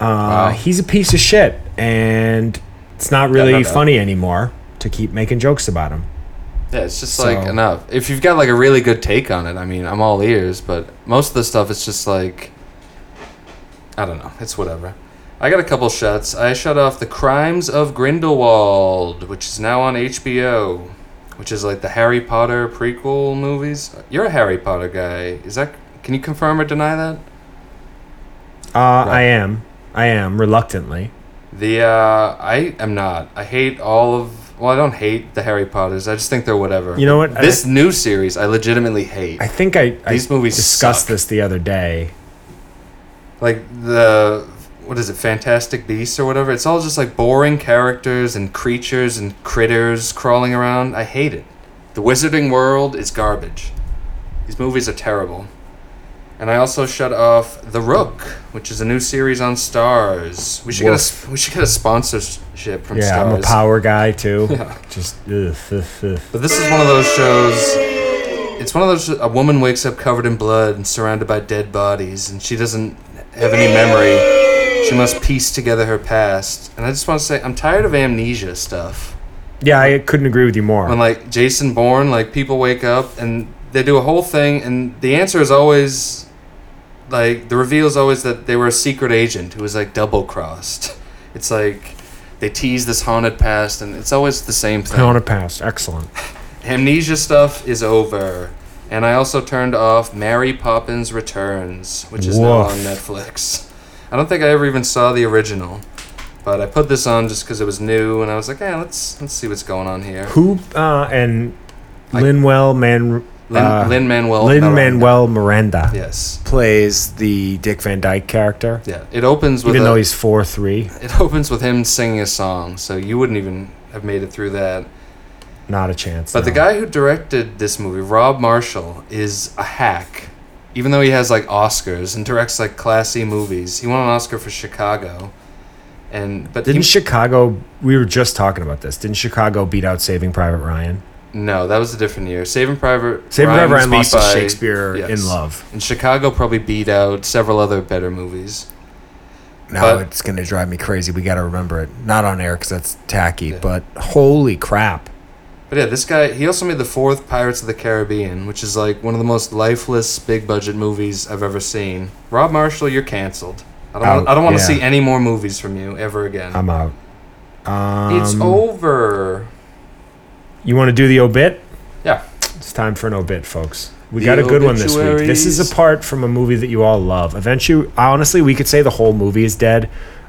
S3: Uh, He's a piece of shit, and it's not really
S4: no doubt.
S3: funny anymore to keep making jokes about him.
S4: Yeah, it's just
S3: So-
S4: like enough. If you've got like a really good take on it, I mean, I'm all ears. But most of the stuff, it's just like, I don't know. It's whatever. I got a couple shuts. I shut off The Crimes of Grindelwald, which is now on HBO, which is like the Harry Potter prequel movies. You're a Harry Potter guy. Is that? Can you confirm or deny that?
S3: Uh, I am. I am reluctantly.
S4: The uh, I am not. I hate all of. Well, I don't hate the Harry Potters. I just think they're whatever.
S3: You know what? I-
S4: This new series, I legitimately hate.
S3: I think I, I
S4: These movies
S3: discussed
S4: suck.
S3: this the other day.
S4: like the what is it fantastic beasts or whatever it's all just like boring characters and creatures and critters crawling around i hate it the wizarding world is garbage these movies are terrible and i also shut off the rook which is a new series on stars we should get a, s- we should get a sponsorship from
S3: Yeah,
S4: stars
S3: I'm a power
S4: <laughs>
S3: guy too. Just ugh, ugh, ugh.
S4: but this is one of those shows. It's one of those. A woman wakes up covered in blood and surrounded by dead bodies, and she doesn't have any memory. She must piece together her past. And I just want to say, I'm tired of amnesia stuff.
S3: yeah, I couldn't agree with you more.
S4: When like Jason Bourne, like people wake up and they do a whole thing, and the answer is always, like the reveal is always that they were a secret agent who was like double crossed. It's like they tease this haunted past, and it's always the same thing.
S3: on a pass, excellent.
S4: Amnesia stuff is over. And I also turned off Mary Poppins Returns, which is now
S3: Woof.
S4: on Netflix. I don't think I ever even saw the original, but I put this on just because it was new, and I was like, "Yeah, let's let's see what's going on here."
S3: Who uh, and Linwell Man
S4: Lin Manuel.
S3: Uh, Lin Manuel Miranda
S4: Yes.
S3: plays the Dick Van Dyke character,
S4: Yeah. It opens with
S3: even
S4: a-
S3: though he's four three.
S4: <laughs> it opens with him singing a song, so you wouldn't even have made it through that.
S3: Not a chance.
S4: But the
S3: no.
S4: guy who directed this movie, Rob Marshall, is a hack. Even though he has like Oscars and directs like classy movies, he won an Oscar for Chicago. And but
S3: didn't
S4: he,
S3: Chicago. We were just talking about this. Didn't Chicago beat out Saving Private Ryan?
S4: no, that was a different year. Saving Private
S3: Saving Private
S4: was
S3: Ryan
S4: beat
S3: lost to
S4: by-
S3: Shakespeare in Love.
S4: And Chicago probably beat out several other better movies.
S3: Now
S4: But-
S3: it's going to drive me crazy. We got to remember it. Not on air because that's tacky, but holy crap.
S4: But yeah, this guy he also made the fourth Pirates of the Caribbean, which is like one of the most lifeless big budget movies I've ever seen. Rob Marshall, you're canceled. I don't
S3: Out,
S4: want, I don't want to
S3: yeah.
S4: see any more movies from you ever again.
S3: I'm out.
S4: It's
S3: Um,
S4: over.
S3: You want to do the obit?
S4: Yeah.
S3: It's time for an obit, folks. We
S4: The
S3: got a good one this week. This is
S4: obituaries.
S3: a part from a movie that you all love. Eventually, honestly, we could say the whole movie is dead.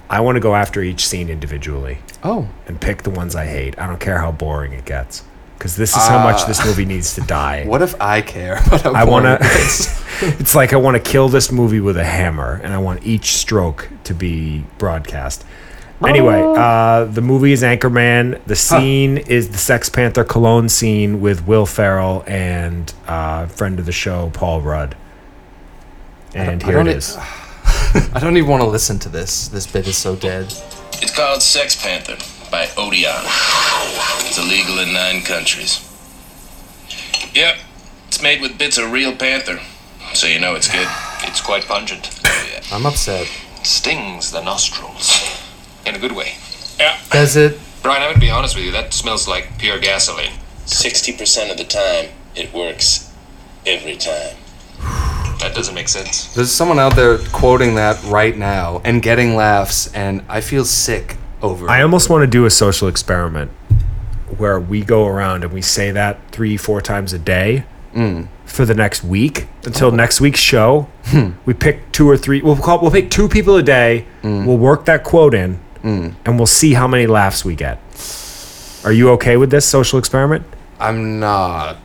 S3: I want to go after each scene individually
S4: Oh.
S3: and pick the ones I hate. I don't care how boring it gets because this is how much this movie needs to die.
S4: Uh, <laughs> What if I care? <laughs> But
S3: <laughs> I want to. it's like I want to kill this movie with a hammer, and I want each stroke to be broadcast. Anyway, uh, the movie is Anchorman. The scene is the Sex Panther cologne scene with Will Ferrell and uh, friend of the show Paul Rudd. And
S4: I
S3: here it
S4: don't- e-
S3: is.
S4: I don't even want to listen to this. This bit is so dead.
S8: It's called Sex Panther by Odeon. It's illegal in nine countries. Yep, it's made with bits of real panther, so you know it's good.
S9: It's quite pungent.
S4: I'm upset.
S9: Stings the nostrils. In a good way.
S4: Does it?
S9: Brian, I'm gonna be honest with you, that smells like pure gasoline.
S8: 60% of the time, it works every time.
S9: That doesn't make sense.
S4: There's someone out there quoting that right now and getting laughs, and I feel sick over
S3: I
S4: it.
S3: almost want to do a social experiment where we go around and we say that three, four times a day for the next week until next week's show. We pick two or three. We'll call. We'll pick two people a day. We'll work that quote in, and we'll see how many laughs we get. Are you okay with this social experiment?
S4: I'm not.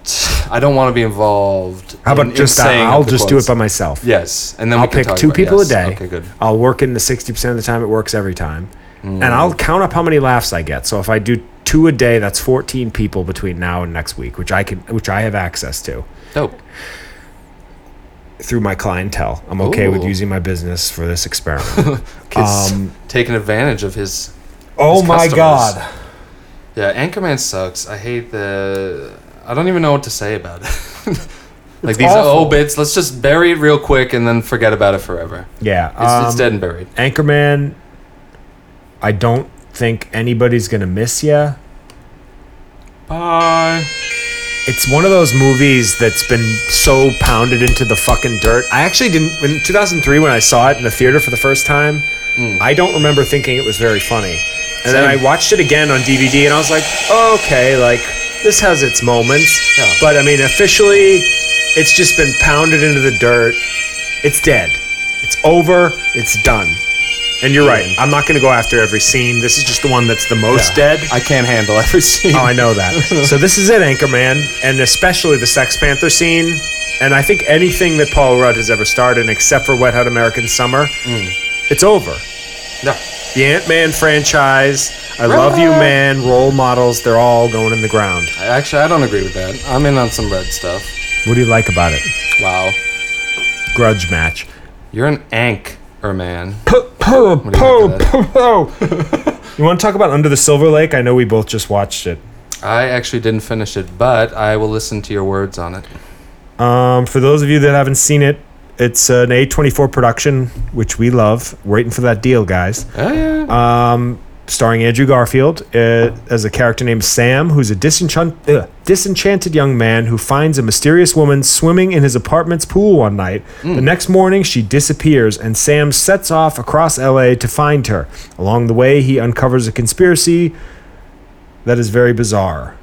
S4: I don't want to be involved.
S3: How about
S4: in- in
S3: just I-
S4: saying
S3: I'll
S4: the
S3: just do
S4: quotes.
S3: it by myself.
S4: Yes, and then
S3: I'll
S4: we can
S3: pick
S4: talk
S3: two
S4: about it.
S3: people
S4: Yes.
S3: a day.
S4: Okay, good.
S3: I'll work in the sixty percent of the time it works every time, and I'll
S4: Mm.
S3: count up how many laughs I get. So if I do two a day, that's fourteen people between now and next week, which I can, which I have access to
S4: Dope.
S3: through my clientele. I'm okay with
S4: Ooh.
S3: using my business for
S4: <laughs>
S3: this experiment.
S4: He's
S3: Um,
S4: taking advantage of his.
S3: oh
S4: His
S3: my
S4: customers.
S3: god!
S4: Yeah, Anchorman sucks. I hate the. I don't even know what to say about it. <laughs> like these
S3: awful.
S4: old bits. Let's just bury it real quick and then forget about it forever.
S3: Yeah,
S4: It's, it's
S3: um,
S4: dead and buried.
S3: Anchorman. I don't think anybody's gonna miss you.
S4: Bye.
S3: It's one of those movies that's been so pounded into the fucking dirt. I actually didn't in 2003 when I saw it in the theater for the first time. I don't remember thinking it was very funny. Hmm. And then I
S4: Same.
S3: watched it again on DVD and I was like, okay, like this has its moments,
S4: Yeah.
S3: but I mean officially, it's just been pounded into the dirt. It's dead. It's over. It's done. And you're right. I'm not going to go after every scene. This is just the one that's the most dead.
S4: I can't handle every <laughs> scene.
S3: Oh, I know that. so this is it, Anchorman, and especially the Sex Panther scene, and I think anything that Paul Rudd has ever starred in, except for Wet Hot American Summer, it's over.
S4: No.
S3: The Ant Man franchise, I love you, man, role models, they're all going in the ground.
S4: I- Actually, I don't agree with that. I'm in on some red stuff.
S3: What do you like about it?
S4: Wow.
S3: Grudge match.
S4: You're an ank, or man.
S3: you
S4: do you think
S3: <laughs> want to talk about Under the Silver Lake? I know we both just watched it.
S4: I actually didn't finish it, but I will listen to your words on it.
S3: Um, for those of you that haven't seen it, it's an A24 production, which we love. Waiting for that deal, guys. Um,
S4: Oh, yeah.
S3: starring Andrew Garfield uh, as a character named Sam, who's a disenchant- uh, disenchanted young man who finds a mysterious woman swimming in his apartment's pool one night. The next morning, she disappears, and Sam sets off across LA to find her. Along the way, he uncovers a conspiracy that is very bizarre.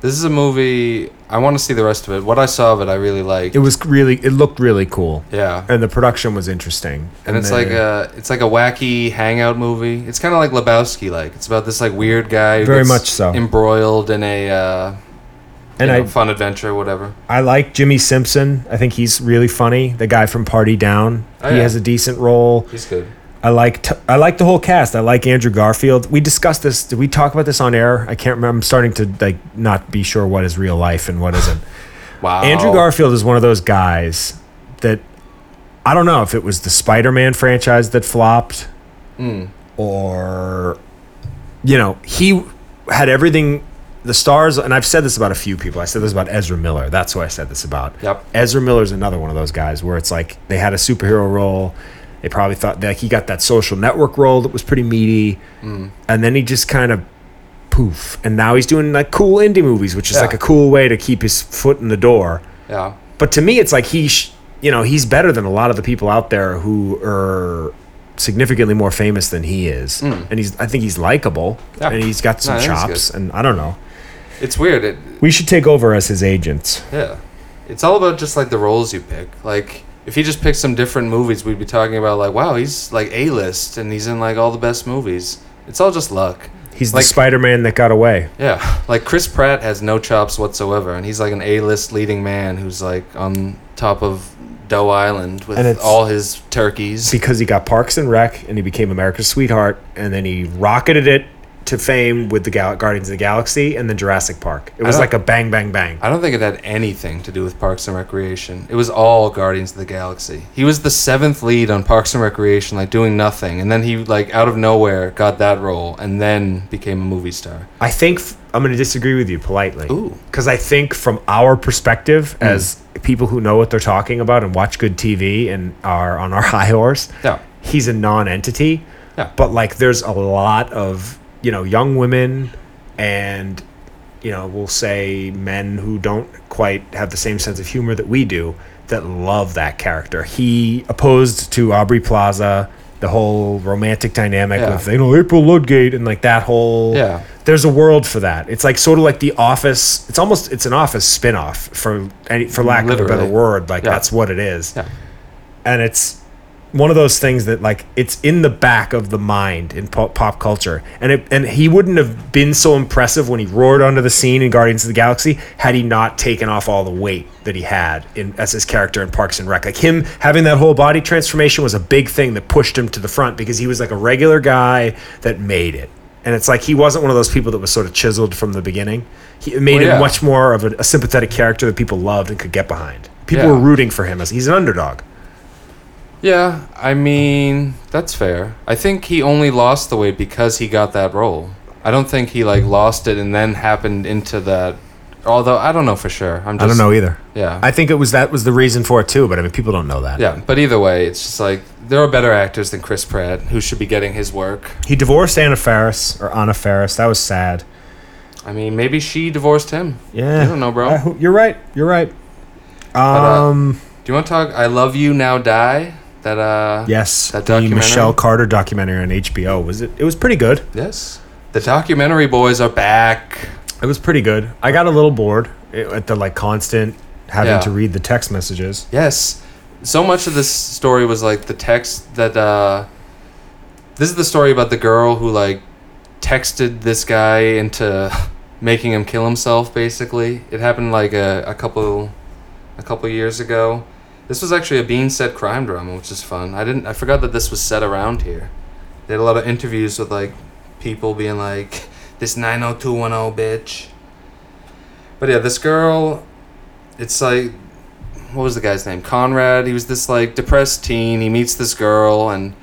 S4: This is a movie. I want to see the rest of it. What I saw of it, I really liked.
S3: It was really, it looked really cool.
S4: yeah, and,
S3: And the production was interesting.
S4: it's
S3: then-
S4: like a it's like a wacky hangout movie. It's kind of like Lebowski, like it's about this like weird guy, who
S3: Very
S4: gets
S3: much so.
S4: embroiled in a uh,
S3: and
S4: you know,
S3: I,
S4: fun adventure, whatever.
S3: I like Jimmy Simpson. I think he's really funny. The guy from Party Down.
S4: Oh,
S3: he
S4: yeah.
S3: has a decent role.
S4: He's good.
S3: I like t- I like the whole cast. I like Andrew Garfield. We discussed this. Did we talk about this on air? I can't remember. I'm starting to like not be sure what is real life and what isn't.
S4: Wow.
S3: Andrew Garfield is one of those guys that I don't know if it was the Spider-Man franchise that flopped
S4: Hmm.
S3: or you know, he had everything the stars and I've said this about a few people. I said this about Ezra Miller. That's who I said this about.
S4: Yep.
S3: Ezra Miller's another one of those guys where it's like they had a superhero role. They probably thought that he got that social network role that was pretty meaty. And then he just kind of poof. And now he's doing like cool indie movies, which is
S4: Yeah.
S3: like a cool way to keep his foot in the door.
S4: Yeah.
S3: But to me, it's like he, sh- you know, he's better than a lot of the people out there who are significantly more famous than he is. And he's, I think he's likable,
S4: Hmm. Yeah.
S3: and he's got some
S4: No, I think he's
S3: chops. And I don't know.
S4: It's weird. It,
S3: We should take over as his agents.
S4: yeah. It's all about just like the roles you pick. Like if he just picked some different movies, we'd be talking about like, wow, he's like a list and he's in like all the best movies. It's all just luck.
S3: He's
S4: Like-
S3: the Spider Man that got away.
S4: Yeah, like Chris Pratt has no chops whatsoever, and he's like an A-list leading man who's like on top of Doe Island with
S3: And it's-
S4: all his turkeys.
S3: Because he got Parks and Rec and he became America's sweetheart, and then he rocketed it to fame with the Gal- Guardians of the Galaxy and then Jurassic Park. It was
S4: don't-
S3: like a bang, bang, bang.
S4: I don't think it had anything to do with Parks and Recreation. It was all Guardians of the Galaxy. He was the seventh lead on Parks and Recreation, like doing nothing, and then he like out of nowhere got that role, and then became a movie star.
S3: I think f- I'm going to disagree with you politely.
S4: Ooh. Hmm.
S3: Because I think from our perspective, as people who know what they're talking about and watch good TV and are on our <laughs> high horse,
S4: Yeah.
S3: he's a non-entity.
S4: Yeah.
S3: But like, there's a lot of you know young women and you know we'll say men who don't quite have the same sense of humor that we do that love that character. He opposed to Aubrey Plaza. The whole romantic dynamic
S4: Yeah.
S3: with you know April Ludgate and like that whole
S4: Yeah.
S3: there's a world for that. It's like sort of like the Office. It's almost it's an Office spin-off for any for lack of a
S4: Literally.
S3: better word. Like
S4: Yeah.
S3: that's what it is.
S4: Yeah.
S3: And it's one of those things that like it's in the back of the mind in pop, pop culture. And it and he wouldn't have been so impressive when he roared onto the scene in Guardians of the Galaxy had he not taken off all the weight that he had in as his character in Parks and Rec. Like him having that whole body transformation was a big thing that pushed him to the front because he was like a regular guy that made it. And it's like he wasn't one of those people that was sort of chiseled from the beginning. He it made
S4: Well, yeah.
S3: him much more of a, a sympathetic character that people loved and could get behind. People
S4: Yeah.
S3: were rooting for him as he's an underdog.
S4: Yeah, I mean that's fair. I think he only lost the weight because he got that role. I don't think he like lost it and then happened into that. Although I don't know for sure. I'm just,
S3: I don't know either.
S4: Yeah.
S3: I think it was that was the reason for it too, but I mean people don't know that.
S4: Yeah, but either way, it's just like there are better actors than Chris Pratt who should be getting his work.
S3: He divorced Anna Faris or Anna Faris. That was sad.
S4: I mean, maybe she divorced him.
S3: Yeah.
S4: You don't know, bro.
S3: I ho- you're right. You're right.
S4: But, uh,
S3: Um
S4: do you want to talk? I love you now, die. That uh.
S3: yes.
S4: That
S3: the
S4: documentary.
S3: Michelle Carter documentary on HBO was it it was pretty good.
S4: Yes. The documentary boys are back.
S3: It was pretty good. I got a little bored eh, at the like constant having
S4: Yeah.
S3: to read the text messages.
S4: Yes. So much of this story was like the text that uh this is the story about the girl who like texted this guy into <laughs> making him kill himself basically. It happened like a, a couple a couple years ago. This was actually a bean set crime drama, which is fun. I didn't I forgot that this was set around here. They had a lot of interviews with like people being like <laughs> this 90210 bitch. But yeah, this girl it's like what was the guy's name? Conrad. He was this like depressed teen. He meets this girl, and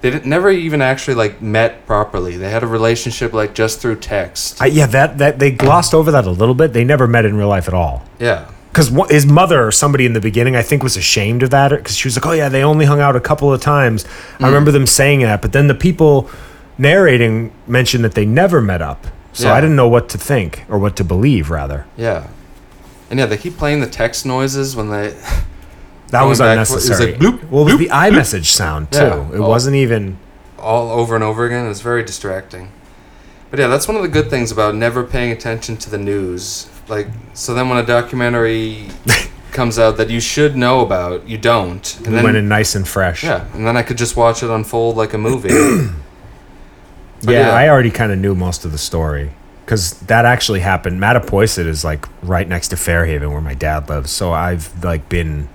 S4: they didn't, never even actually like met properly. They had a relationship like just through text.
S3: I, yeah, that that they glossed over that a little bit. They never met in real life at all.
S4: yeah,
S3: because his mother or somebody in the beginning i think was ashamed of that because she was like oh yeah they only hung out a couple of times
S4: Mm.
S3: i remember them saying that but then the people narrating mentioned that they never met up so
S4: Yeah.
S3: i didn't know what to think or what to believe rather
S4: yeah, and yeah. They keep playing the text noises when they.
S3: that
S4: Going
S3: was
S4: back,
S3: unnecessary
S4: it was like bloop,
S3: well it was
S4: bloop,
S3: the iMessage sound too
S4: Yeah.
S3: it
S4: Oh.
S3: wasn't even
S4: all over and over again. It was very distracting. But yeah, that's one of the good things about never paying attention to the news. Like, so then when a documentary comes out that you should know about, you don't. And
S3: it
S4: then
S3: went in nice and fresh
S4: yeah, and then I could just watch it unfold like a movie. But
S3: yeah,
S4: yeah.
S3: I already kind of knew most of the story because that actually happened. Mattapoisett is like right next to Fairhaven, where my dad lives. So I've like been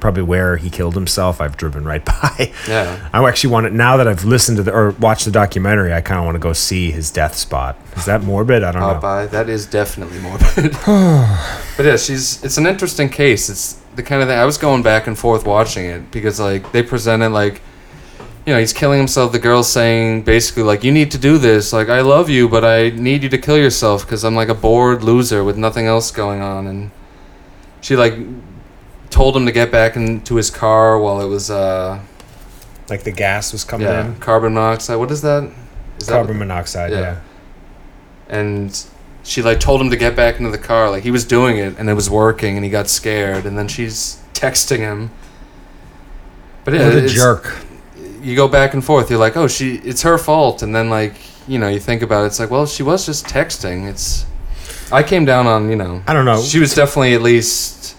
S3: probably where he killed himself. I've driven right <laughs> by.
S4: Yeah.
S3: I actually want to now that I've listened to the or watched the documentary. I kind of want to go see his death spot. Is that morbid? I don't know.
S4: Popeye. Uh, That is definitely morbid. but yeah, she's. It's an interesting case. It's the kind of thing I was going back and forth watching it because like they presented like, you know, he's killing himself. The girl's saying basically like, you need to do this. Like I love you, but I need you to kill yourself because I'm like a bored loser with nothing else going on. And she like told him to get back into his car while it was uh
S3: Like the gas was coming
S4: yeah
S3: in,
S4: carbon monoxide. What is that? Is that
S3: carbon monoxide.
S4: yeah.
S3: Yeah.
S4: and she like told him to get back into the car like he was doing it and it was working and he got scared and then she's texting him but yeah,
S3: What a
S4: it's-
S3: jerk.
S4: you go back and forth you're like oh she it's her fault and then like you know you think about it, it's like well she was just texting it's i came down on you know
S3: I don't know.
S4: she was definitely at least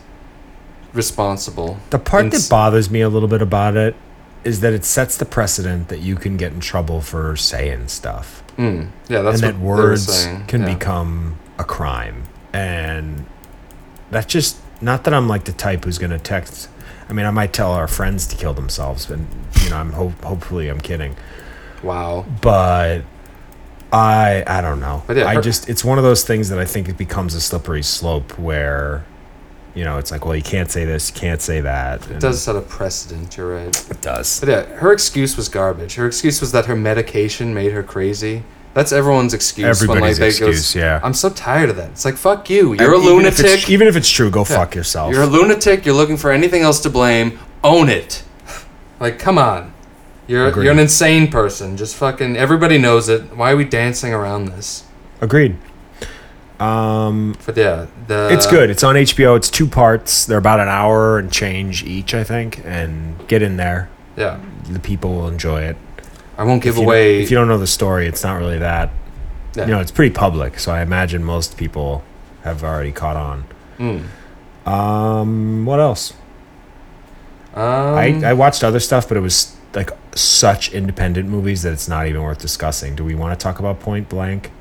S4: responsible
S3: The part
S4: And
S3: that
S4: s-
S3: bothers me a little bit about it is that it sets the precedent that you can get in trouble for saying stuff.
S4: Yeah, that's
S3: and that
S4: what they were
S3: words
S4: saying.
S3: can
S4: yeah.
S3: become a crime. And that's just not that I'm like the type who's going to text. I mean, I might tell our friends to kill themselves, but you know, I'm hope hopefully I'm kidding.
S4: wow.
S3: But I I don't know.
S4: But yeah,
S3: I
S4: her-
S3: just it's one of those things that I think it becomes a slippery slope where you know it's like well you can't say this, you can't say that.
S4: It does set a precedent. You're right.
S3: it does.
S4: But yeah, her excuse was garbage. Her excuse was that her medication made her crazy. That's everyone's excuse.
S3: Everybody's
S4: they
S3: excuse, yeah.
S4: I'm so tired of that. It's like fuck you. You're a
S3: Even if it's-
S4: lunatic.
S3: even if it's true, go
S4: Yeah.
S3: fuck yourself.
S4: You're a lunatic. You're looking for anything else to blame. Own it. Like, come on. You're
S3: Agreed.
S4: you're an insane person. Just fucking everybody knows it. Why are we dancing around this?
S3: Agreed.
S4: But yeah, the
S3: It's good. It's on HBO. It's two parts. They're about an hour and change each, I think. And get in there.
S4: Yeah,
S3: The people will enjoy it.
S4: I won't give
S3: If you don't-
S4: away.
S3: if you don't know the story, it's not really that.
S4: yeah.
S3: You know, it's pretty public, so I imagine most people have already caught on.
S4: Hmm.
S3: Um, what else?
S4: um,
S3: I, I watched other stuff, but it was like such independent movies that it's not even worth discussing. Do we want to talk about Point Blank?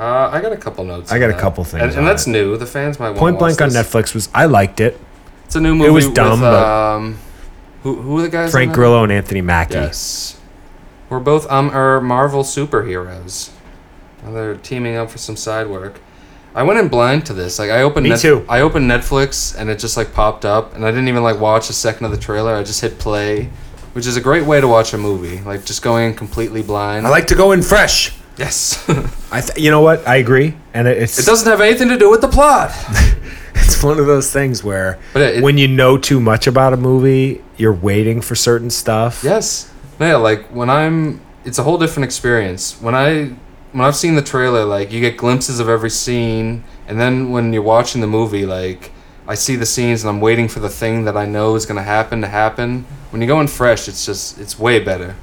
S4: uh, I got a couple notes.
S3: I
S4: on
S3: got a
S4: that.
S3: couple things
S4: and,
S3: on
S4: and that's
S3: it.
S4: new. The fans might want
S3: Point Blank on
S4: this.
S3: Netflix was I liked it.
S4: It's a new movie.
S3: was dumb,
S4: with,
S3: but-
S4: um, who who are the guys?
S3: Frank
S4: in that?
S3: Grillo and Anthony Mackie.
S4: Yes, we're both um er Marvel superheroes. Now they're teaming up for some side work. I went in blind to this. Like I opened
S3: Me too.
S4: I opened Netflix and it just like popped up and I didn't even like watch a second of the trailer. I just hit play, which is a great way to watch a movie. Like just going in completely blind.
S3: I like to go in fresh.
S4: yes. <laughs> it
S3: I th- you know what? I agree, and it, it's
S4: doesn't have anything to do with the plot.
S3: it's one of those things where
S4: But it-
S3: when you know too much about a movie, you're waiting for certain stuff.
S4: Yes. No, Yeah, like when I'm it's a whole different experience. When I when I've seen the trailer, like you get glimpses of every scene and then when you're watching the movie, like I see the scenes and I'm waiting for the thing that I know is gonna happen to happen. When you're going fresh, it's just it's way better.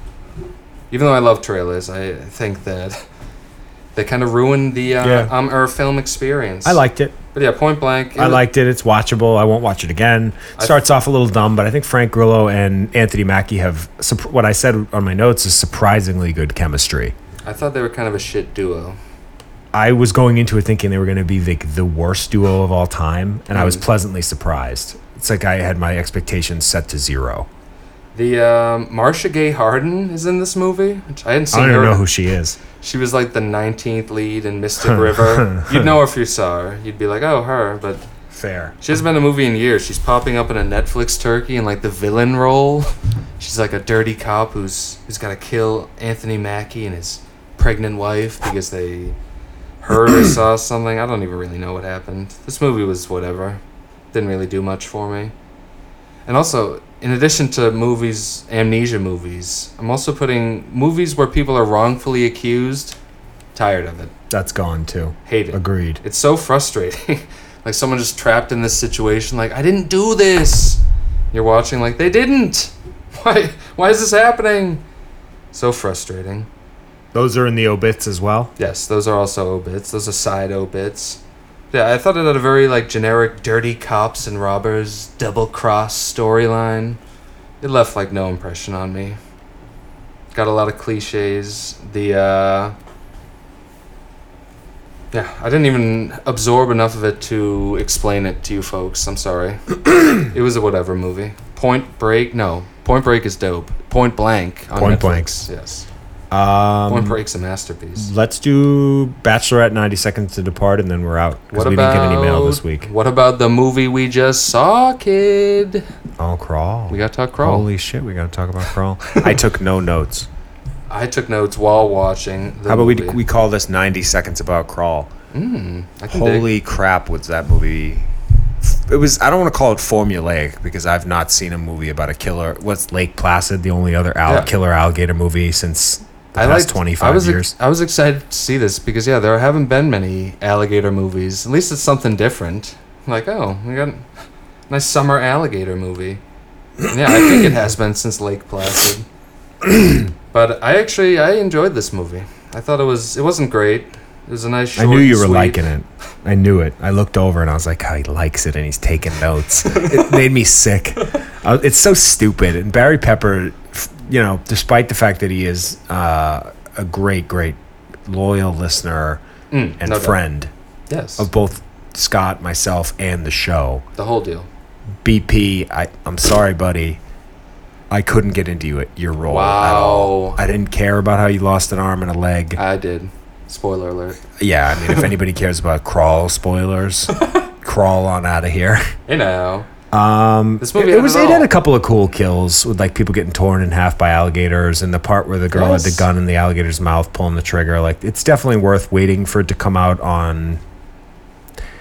S4: Even though I love trailers, I think that <laughs> they kind of ruin the uh,
S3: Yeah.
S4: um er film experience.
S3: I liked it.
S4: but yeah, point blank. it
S3: I
S4: was-
S3: liked it. It's watchable. I won't watch it again. Starts off a little dumb, but I think Frank Grillo and Anthony Mackie have sup- what I said on my notes is surprisingly good chemistry.
S4: I thought they were kind of a shit duo.
S3: I was going into it thinking they were going to be the, the worst duo of all time, and I was pleasantly surprised. It's like I had my expectations set to zero.
S4: The um, Marsha Gay Harden is in this movie, which I hadn't
S3: I
S4: seen
S3: don't even
S4: her.
S3: know who she is.
S4: she was like the 19th lead in Mystic River. You'd know her if you saw her. You'd be like, oh, her. But
S3: Fair.
S4: she hasn't been in a movie in years. She's popping up in a Netflix turkey in like the villain role. She's like a dirty cop who's who's got to kill Anthony Mackie and his pregnant wife because they heard or saw something. I don't even really know what happened. This movie was whatever. Didn't really do much for me. And also, in addition to movies, amnesia movies, I'm also putting movies where people are wrongfully accused. Tired of it.
S3: That's gone too.
S4: Hate it.
S3: Agreed.
S4: It's so frustrating. <laughs> like someone just trapped in this situation. Like I didn't do this. You're watching like they didn't. <laughs> Why? Why is this happening? So frustrating.
S3: Those are in the obits as well.
S4: Yes, those are also obits. Those are side obits. Yeah, I thought it had a very like generic dirty cops and robbers double cross storyline. It left like no impression on me. Got a lot of cliches. The uh Yeah, I didn't even absorb enough of it to explain it to you folks. I'm
S3: <coughs>
S4: sorry. it was a whatever movie. Point Break? No. Point Break is dope. Point Blank on
S3: Point
S4: Netflix.
S3: Blank.
S4: Yes.
S3: Um,
S4: Point Break's a masterpiece.
S3: Let's do Bachelorette 90 Seconds to Depart, and then we're out. Because we didn't get an email this week.
S4: What about the movie we just saw, kid?
S3: Oh, Crawl.
S4: We gotta talk crawl.
S3: Holy shit, we got to talk about Crawl. I took no notes.
S4: I took notes while watching. The
S3: How about we,
S4: movie.
S3: we call this 90 Seconds About Crawl?
S4: I can dig.
S3: Holy crap, was that movie. It was, I don't want to call it formulaic because I've not seen a movie about a killer. What's Lake Placid, the only other al-
S4: Yeah.
S3: killer alligator movie since the
S4: I
S3: past
S4: liked-
S3: 25
S4: I was ex-
S3: years?
S4: I was excited to see this because yeah, there haven't been many alligator movies. At least it's something different. Like oh, we got a nice summer alligator movie. And yeah, I think it has been since Lake
S3: <clears throat>
S4: Placid. but I actually I enjoyed this movie. I thought it was it wasn't great. It was a nice.
S3: I
S4: Short
S3: knew
S4: and
S3: you were
S4: sweet-
S3: liking it. I knew it. I looked over and I was like, oh, he likes it and he's taking notes. it made me sick. I, it's so stupid. And Barry Pepper, f- you know, despite the fact that he is uh, a great, great loyal listener and
S4: Mm, no doubt.
S3: friend
S4: Yes,
S3: of both Scott, myself, and the show,
S4: the whole deal.
S3: BP, I, I'm sorry, buddy. I couldn't get into you, your role at
S4: Wow.
S3: all. I didn't care about how you lost an arm and a leg.
S4: I did. Spoiler alert.
S3: Yeah, I mean, if anybody cares about
S4: <laughs>
S3: crawl spoilers, crawl on out of here.
S4: You know. Um, this
S3: It,
S4: movie.
S3: was.
S4: had
S3: It
S4: all.
S3: had a couple of cool kills with like people getting torn in half by alligators, and the part where the girl had
S4: Yes.
S3: the gun in the alligator's mouth, pulling the trigger. Like, it's definitely worth waiting for it to come out on.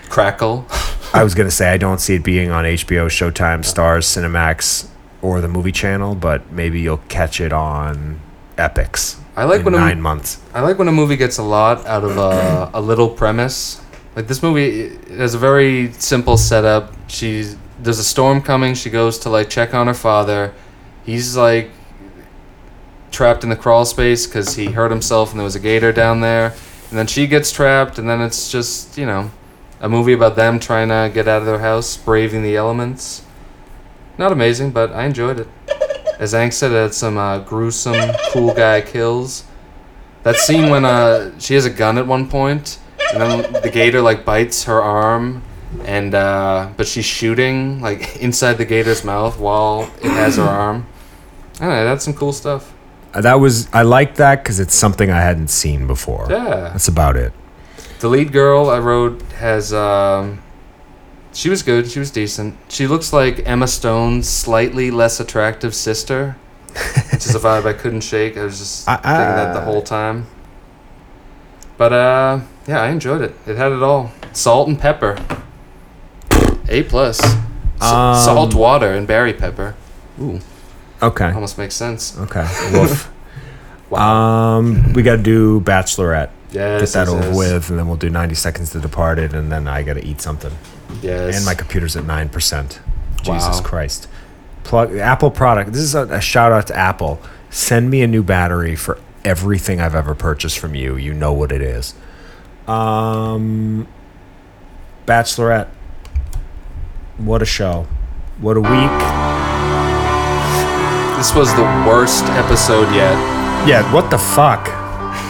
S4: crackle.
S3: I was gonna say I don't see it being on HBO, Showtime, Stars, Cinemax, or the movie channel, but maybe you'll catch it on Epics.
S4: I like
S3: in
S4: when a-
S3: nine months.
S4: I like when a movie gets a lot out of a, a little premise. Like this movie it has a very simple setup. She's there's a storm coming. She goes to like check on her father. He's like trapped in the crawl space because he hurt himself and there was a gator down there. And then she gets trapped. And then it's just you know a movie about them trying to get out of their house, braving the elements. Not amazing, but I enjoyed it. As Ang said, it had some uh, gruesome, cool guy kills. That scene when uh, she has a gun at one point, and then the gator like bites her arm, and uh, but she's shooting like <laughs> inside the gator's mouth while it has her arm. I don't know, that's some cool stuff.
S3: Uh, That was I like that because it's something I hadn't seen before.
S4: Yeah.
S3: that's about it.
S4: The lead girl I wrote has um, she was good, she was decent. She looks like Emma Stone's slightly less attractive sister, which is a vibe I couldn't shake. I was just
S3: <laughs> I- uh,
S4: thinking that the
S3: I-
S4: whole time. But uh, yeah, I enjoyed it. It had it all: salt and pepper. A plus. S-
S3: Um,
S4: salt water and berry pepper. Ooh,
S3: Okay.
S4: almost makes sense.
S3: Okay. <laughs> Woof. Um, we got to do Bachelorette.
S4: Yes,
S3: Get that
S4: yes,
S3: over
S4: yes.
S3: with, and then we'll do 90 Seconds to Departed, and then I got to eat something.
S4: Yes.
S3: And my computer's at 9%. Jesus
S4: Wow.
S3: Christ. Plug Apple product. This is a, a shout out to Apple. Send me a new battery for everything I've ever purchased from you. You know what it is. Um, Bachelorette. What a show. What a week.
S4: This was the worst episode yet.
S3: Yeah, what the fuck?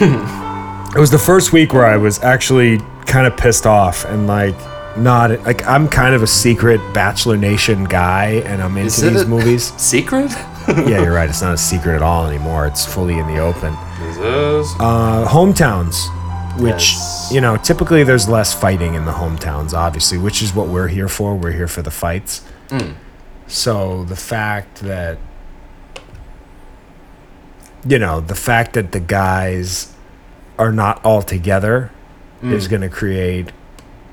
S3: <laughs> it was the first week where I was actually kind of pissed off and like not like I'm kind of a secret Bachelor Nation guy and I'm into
S4: Is it
S3: these
S4: a- <laughs>
S3: movies.
S4: Secret?
S3: yeah, you're right. It's not a secret at all anymore. It's fully in the open.
S4: Yes.
S3: Uh, hometowns, which
S4: Yes.
S3: you know typically there's less fighting in the hometowns, obviously, which is what we're here for. We're here for the fights.
S4: Mm.
S3: So the fact that you know the fact that the guys are not all together
S4: Mm.
S3: is going to create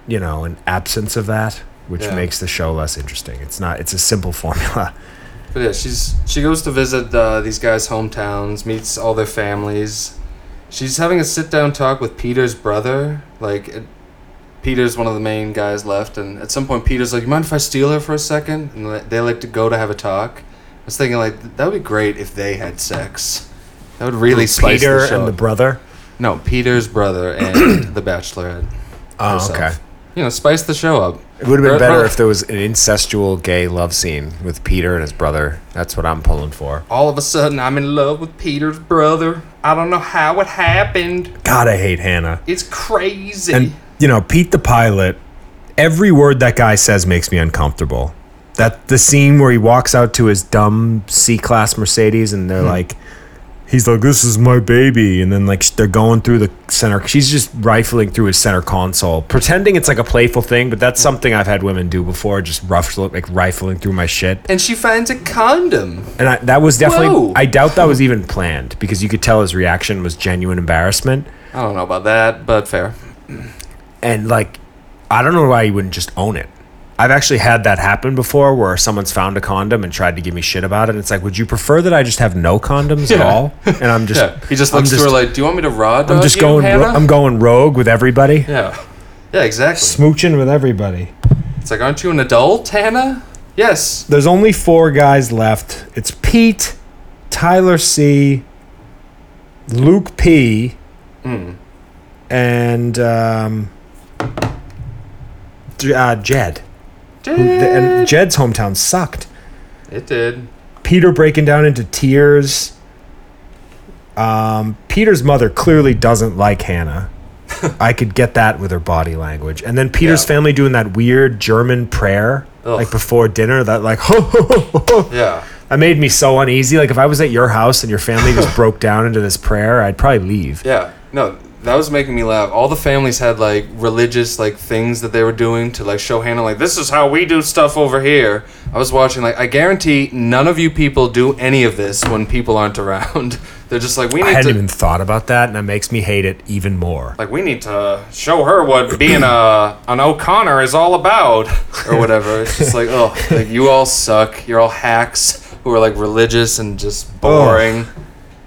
S3: you know an absence of that, which
S4: Yeah.
S3: makes the show less interesting. It's not. It's a simple <laughs> formula.
S4: But yeah, she's she goes to visit uh, these guys' hometowns, meets all their families. She's having a sit down talk with Peter's brother. Like, it, Peter's one of the main guys left, and at some point, Peter's like, "You mind if I steal her for a second? And li- they like to go to have a talk. I was thinking like that would be great if they had sex. That would really spice
S3: Peter
S4: the show.
S3: and the
S4: up.
S3: brother.
S4: no, Peter's brother
S3: <clears throat>
S4: and the Bachelorette.
S3: Oh,
S4: herself. You know, spice the show up.
S3: It would have
S4: Her-
S3: been better
S4: her-
S3: if there was an incestual gay love scene with Peter and his brother. That's what I'm pulling for.
S4: all of a sudden I'm in love with Peter's brother. I don't know how it happened.
S3: God, I hate Hannah.
S4: It's crazy.
S3: And you know, Pete the pilot. Every word that guy says makes me uncomfortable. That the scene where he walks out to his dumb C-class Mercedes and they're like, he's like, "This is my baby," and then like sh- they're going through the center. She's just rifling through his center console, pretending it's like a playful thing. But that's something I've had women do before, just rough like rifling through my shit.
S4: And she finds a condom.
S3: And I, that was definitely.
S4: Whoa.
S3: I doubt that was even planned because you could tell his reaction was genuine embarrassment.
S4: I don't know about that, but fair.
S3: And like, I don't know why he wouldn't just own it. I've actually had that happen before where someone's found a condom and tried to give me shit about it. And it's like, would you prefer that I just have no condoms at
S4: Yeah. <laughs>
S3: all? And I'm just.
S4: Yeah. He just
S3: I'm
S4: looks to her like, "Do you want me to rod dog
S3: I'm just
S4: you,
S3: going. Ro-
S4: Hannah?"
S3: I'm going rogue with everybody.
S4: yeah. Yeah, exactly.
S3: Smooching with everybody.
S4: It's like, "Aren't you an adult, Hannah?" Yes.
S3: There's only four guys left. It's Pete,
S4: Hmm.
S3: Tyler C, Luke P, and um, J- uh, Jed. Who- the- and Jed's hometown sucked.
S4: It did.
S3: Peter breaking down into tears. Um, Peter's mother clearly doesn't
S4: <laughs>
S3: like Hannah. I could get that with her body language. And then Peter's
S4: Yeah.
S3: family doing that weird German prayer, like
S4: Ugh.
S3: before dinner, that like, <laughs>
S4: Yeah.
S3: That made me so uneasy. Like if I was at your house and your family just broke down into this prayer, I'd probably leave.
S4: Yeah. No, that was making me laugh. All the families had like religious like things that they were doing to like show Hannah like this is how we do stuff over here. I was watching like I guarantee none of you people do any of this when people aren't around. <laughs> They're just like we
S3: I
S4: need to
S3: hadn't even thought about that, and that makes me hate it even more.
S4: like we need to show her what being a an O'Connor is all about or whatever. It's just like oh, like you all suck. You're all hacks who are like religious and just boring.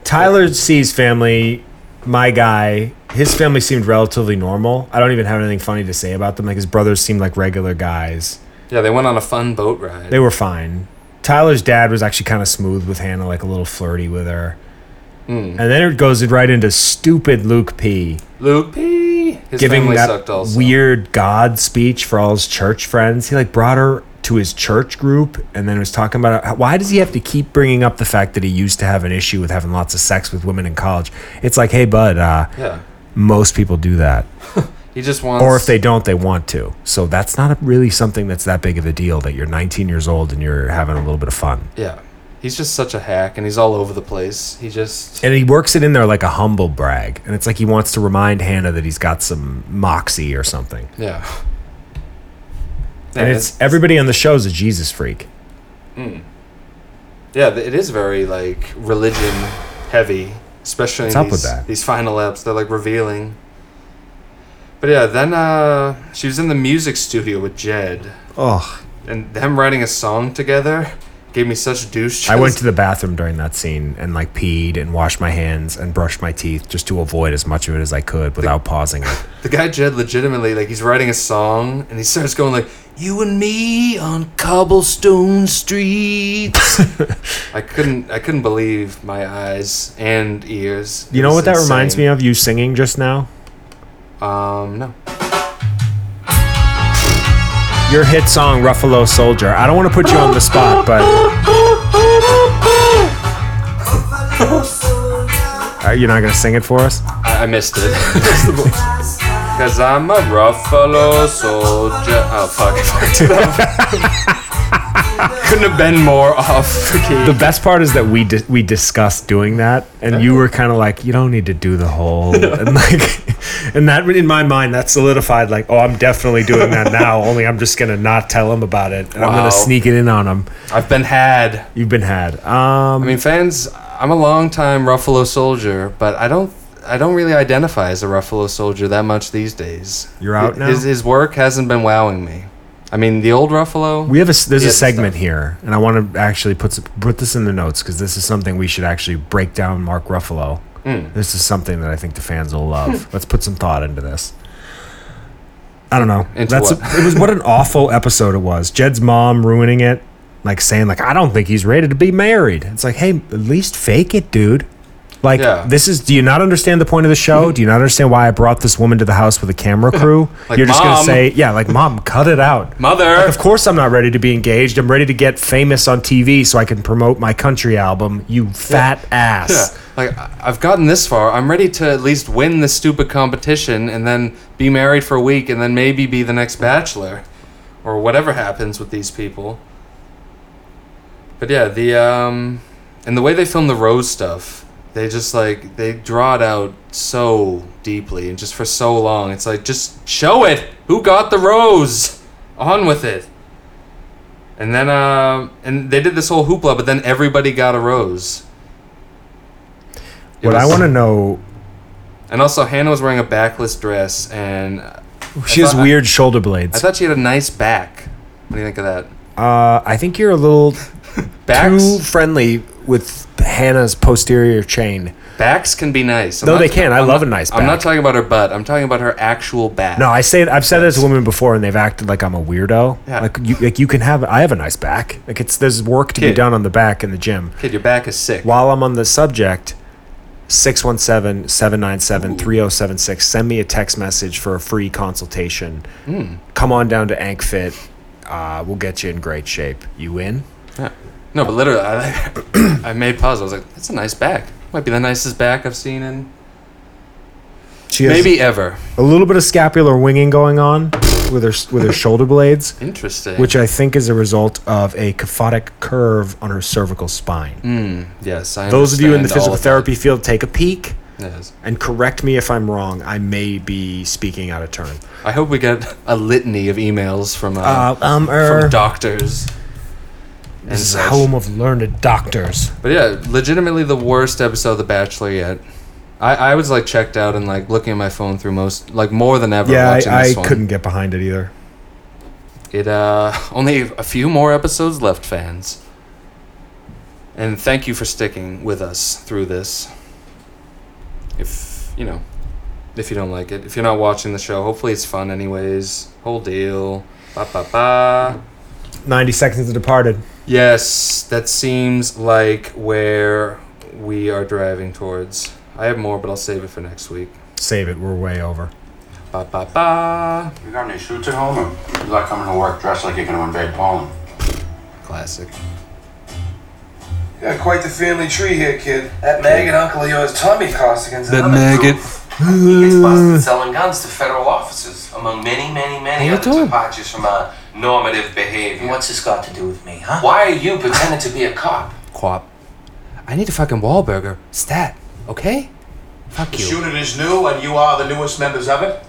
S3: Tyler C's family, my guy, his family seemed relatively normal. I don't even have anything funny to say about them. Like his brothers seemed like regular guys.
S4: Yeah, they went on a fun boat ride.
S3: They were fine. Tyler's dad was actually kind of smooth with Hannah, like a little flirty with her. And then it goes right into stupid Luke P.
S4: Luke P. His
S3: giving
S4: family
S3: that
S4: sucked also.
S3: weird God speech for all his church friends. He like brought her to his church group and then was talking about how, why does he have to keep bringing up the fact that he used to have an issue with having lots of sex with women in college? It's like, hey, bud, uh,
S4: Yeah.
S3: most people do that,
S4: He just wants.
S3: or if they don't, they want to. So that's not really something that's that big of a deal that you're 19 years old and you're having a little bit of fun.
S4: Yeah. He's just such a hack and he's all over the place. He just.
S3: And he works it in there like a humble brag, and it's like he wants to remind Hannah that he's got some moxie or something.
S4: Yeah.
S3: And it's everybody on the show's a Jesus freak.
S4: Yeah, th- it is very, like, religion heavy, especially
S3: What's
S4: in
S3: up with
S4: these,
S3: that?
S4: these final eps. They're, like, revealing. But yeah, then uh, she was in the music studio with Jed,
S3: Ugh.
S4: and them writing a song together gave me such douche.
S3: I went to the bathroom during that scene and like peed and washed my hands and brushed my teeth just to avoid as much of it as I could without pausing it.
S4: The guy Jed legitimately like he's writing a song and he starts going like you and me on cobblestone
S3: <laughs>
S4: streets. I couldn't I couldn't believe my eyes and ears.
S3: You know what that reminds me of? You singing just now?
S4: of? Um no.
S3: Your hit song, Ruffalo Soldier. I don't want to put you on the spot, but. Are you not going to sing it for us?
S4: I, I missed
S3: <laughs>
S4: it. <laughs> Cuz I'm a Ruffalo soldier. Oh fuck. <laughs> couldn't have been more off <laughs> the key.
S3: The best part is that we di- we discussed doing that, and you were kind of like, you don't need to do the whole, and like, and that in my mind that solidified like, oh, I'm definitely doing that now. Only I'm just gonna not tell him about it, and I'm
S4: Wow.
S3: gonna sneak it in on him.
S4: I've been had.
S3: You've been had. Um,
S4: I mean, fans, I'm a long time Ruffalo soldier, but I don't, I don't really identify as a Ruffalo soldier that much these days.
S3: You're out now?
S4: His, his work hasn't been wowing me. I mean, the old Ruffalo.
S3: we have a s- there's a
S4: Yes,
S3: segment
S4: stuff.
S3: here, and I want to actually put s- put this in the notes because this is something we should actually break down. Mark Ruffalo.
S4: Mm.
S3: This is something that I think the fans
S4: <laughs>
S3: will love. Let's put some thought into this. I don't know.
S4: Into
S3: That's
S4: what?
S3: it was what an
S4: <laughs>
S3: awful episode it was. Jed's mom ruining it, like saying like I don't think he's ready to be married. It's like, hey, at least fake it, dude. Like
S4: Yeah. Mm-hmm.
S3: this is do you not understand the point of the show? Do you not understand why I brought this woman to the house with a
S4: <laughs>
S3: camera crew?
S4: Like,
S3: You're just
S4: "Mom."
S3: gonna say, yeah, like mom, cut it out.
S4: Mother.
S3: Like, of course I'm not ready to be engaged. I'm ready to get famous on TV so I can promote my country album. You fat
S4: Yeah,
S3: ass.
S4: like I- I've gotten this far. I'm ready to at least win this stupid competition and then be married for a week and then maybe be the next bachelor or whatever happens with these people. But yeah, the um and the way they film the rose stuff, they just like they draw it out so deeply and just for so long. It's like just show it. Who got the rose? On with it. And then uh and they did this whole hoopla, but then everybody got a rose. It
S3: What I
S4: was-
S3: want to know
S4: And also, Hannah was wearing a backless dress, and
S3: she
S4: I
S3: has
S4: thought-
S3: weird shoulder
S4: I
S3: blades.
S4: thought she had a nice back. What do you think of that?
S3: Uh, I think you're a little
S4: Backs,
S3: too friendly with Hannah's posterior chain.
S4: backs can be nice. I'm
S3: No,
S4: not-
S3: they can. I
S4: I'm
S3: love
S4: not-
S3: a nice
S4: I'm not
S3: back.
S4: talking about her butt. I'm talking about her actual back.
S3: No, I say I've said that to women before, and they've acted like I'm a weirdo.
S4: Yeah.
S3: Like you, like you can have. I have a nice back. Like it's there's work to be
S4: Kid.
S3: done on the back in the gym.
S4: kid, your back is sick.
S3: While I'm on the subject, 617 797 3076. Send me a text message for a free consultation.
S4: Hmm.
S3: Come on down to AnkFit. Uh, we'll get you in great shape. You in?
S4: No, but literally, I, <clears throat> I made pause. I was like, that's a nice back. Might be the nicest back I've seen in
S3: She has
S4: maybe ever.
S3: a little bit of scapular winging going on with her with her shoulder
S4: <laughs>
S3: blades.
S4: Interesting.
S3: which I think is a result of a kyphotic curve on her cervical spine.
S4: yes, I
S3: Those of you in the
S4: Hmm. understand
S3: physical
S4: all of
S3: therapy field, take a peek
S4: that. Yes.
S3: and correct me if I'm wrong. I may be speaking out of turn.
S4: I hope we get a litany of emails from uh,
S3: um,
S4: from doctors. And
S3: this is
S4: such.
S3: home of learned doctors.
S4: But yeah, legitimately the worst episode of The Bachelor yet. I, I was like checked out and like looking at my phone through most like more than ever.
S3: Yeah,
S4: watching
S3: I,
S4: this
S3: I
S4: one.
S3: couldn't get behind it either.
S4: It uh <laughs> only a few more episodes left, fans. And thank you for sticking with us through this. If you know, if you don't like it, if you're not watching the show, hopefully it's fun anyways. Whole deal. Ba ba ba.
S3: 90 seconds of Departed.
S4: Yes, that seems like where we are driving towards. I have more, but I'll save it for next week.
S3: Save it. We're way over.
S4: Ba ba ba.
S1: You got any suits at home, or you like coming to work dressed like you're going to invade Poland?
S4: Classic.
S10: Yeah, quite the family tree here, kid. That maggot uncle of yours, Tommy Costigan's
S4: That
S10: another
S4: maggot.
S10: He gets busted selling guns to federal officers, among many, many, many
S4: How you
S10: other
S4: doing?
S10: departures from uh, normative behavior.
S5: What's this got to do with me, huh?
S10: Why are you pretending to be a cop?
S4: Quap. I need a fucking Wahlburger. Stat. Okay. Fuck you.
S1: Unit is new, and you are the newest members of it.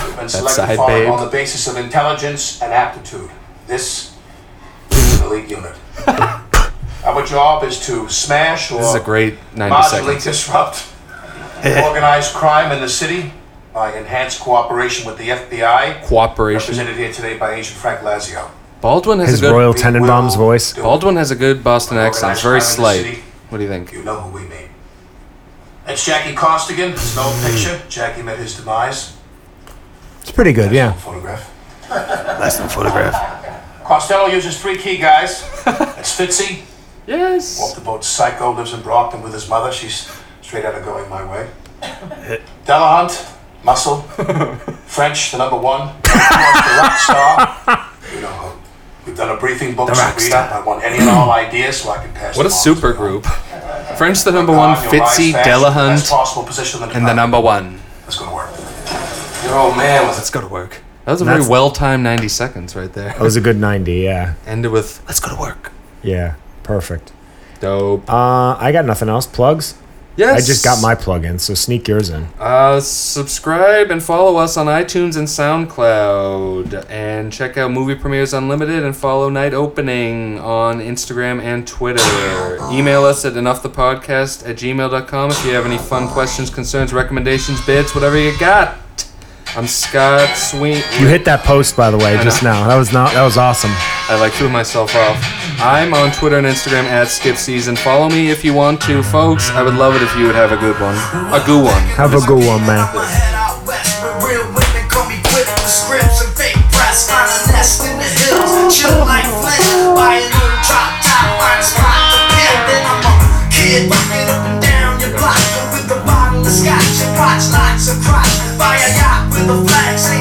S1: You've been
S4: side
S1: selected for it
S4: babe.
S1: on the basis of intelligence and aptitude. This is an
S4: <laughs>
S1: elite unit. Our job is to smash or
S4: This is a great 90
S1: marginally
S4: seconds. <laughs>
S1: disrupt organized crime in the city by enhanced cooperation with the FBI,
S4: Cooperation.
S1: represented here today by Agent Frank Lazio.
S4: Baldwin has
S3: His
S4: a good
S3: Royal
S1: We
S3: Tenenbaum's
S1: will
S3: voice.
S1: do
S4: Baldwin has a good Boston accent. It's very
S1: Organized crime in
S4: slight.
S1: the city.
S4: What do you think?
S1: You know who we mean. That's Jackie Costigan, Snow Picture. Jackie met his demise.
S3: It's pretty good, yeah.
S1: Photograph.
S4: <laughs>
S3: That's no photograph.
S1: Costello uses three key guys. That's Fitzy.
S4: Yes.
S1: Off the boat, Psycho lives in Brockton with his mother. She's straight out of going my
S4: <coughs>
S1: way. Delahunt, Muscle, French, the number one, the rock star. You know, we've done a briefing book,
S3: The
S1: so
S3: rock
S1: read
S3: star.
S1: up. I want any and all ideas so I can pass
S4: What a
S1: them on.
S4: super group. French the number one,
S1: God, you'll rise
S4: Fitzy,
S1: fast to the best
S4: Delahunt,
S1: possible position in
S4: and the number one.
S1: That's going to work.
S10: Your old man was
S4: Let's go to work. That was a very
S3: That's-
S4: well timed 90 seconds right there.
S3: That was a good 90, yeah.
S4: Ended with, let's go to work.
S3: Yeah, perfect.
S4: Dope.
S3: Uh, I got nothing else. Plugs? I
S4: Yes.
S3: just got my plug in, so sneak yours in.
S4: Uh, subscribe and follow us on iTunes and SoundCloud. And check out Movie Premieres Unlimited and follow Night Opening on Instagram and Twitter. Email us at enoughthepodcast at gmail.com if you have any fun questions, concerns, recommendations, bids, whatever you got. I'm Scott Sweeney.
S3: You hit that post by the way just now. That was not that was awesome.
S4: I like threw myself off. I'm on Twitter and Instagram at Skip Season. Follow me if you want to, folks. I would love it if you would have a good one. A good one.
S3: Have a good one, man.
S11: My head out west, but real women call me quick with scripts and fake breasts. Find a nest in the hills, chill like Flint. Buy a new drop top, find a spot to pimp. Then I'm a kid rocking up and down your block with a bottle of scotch and watch lots of crotch.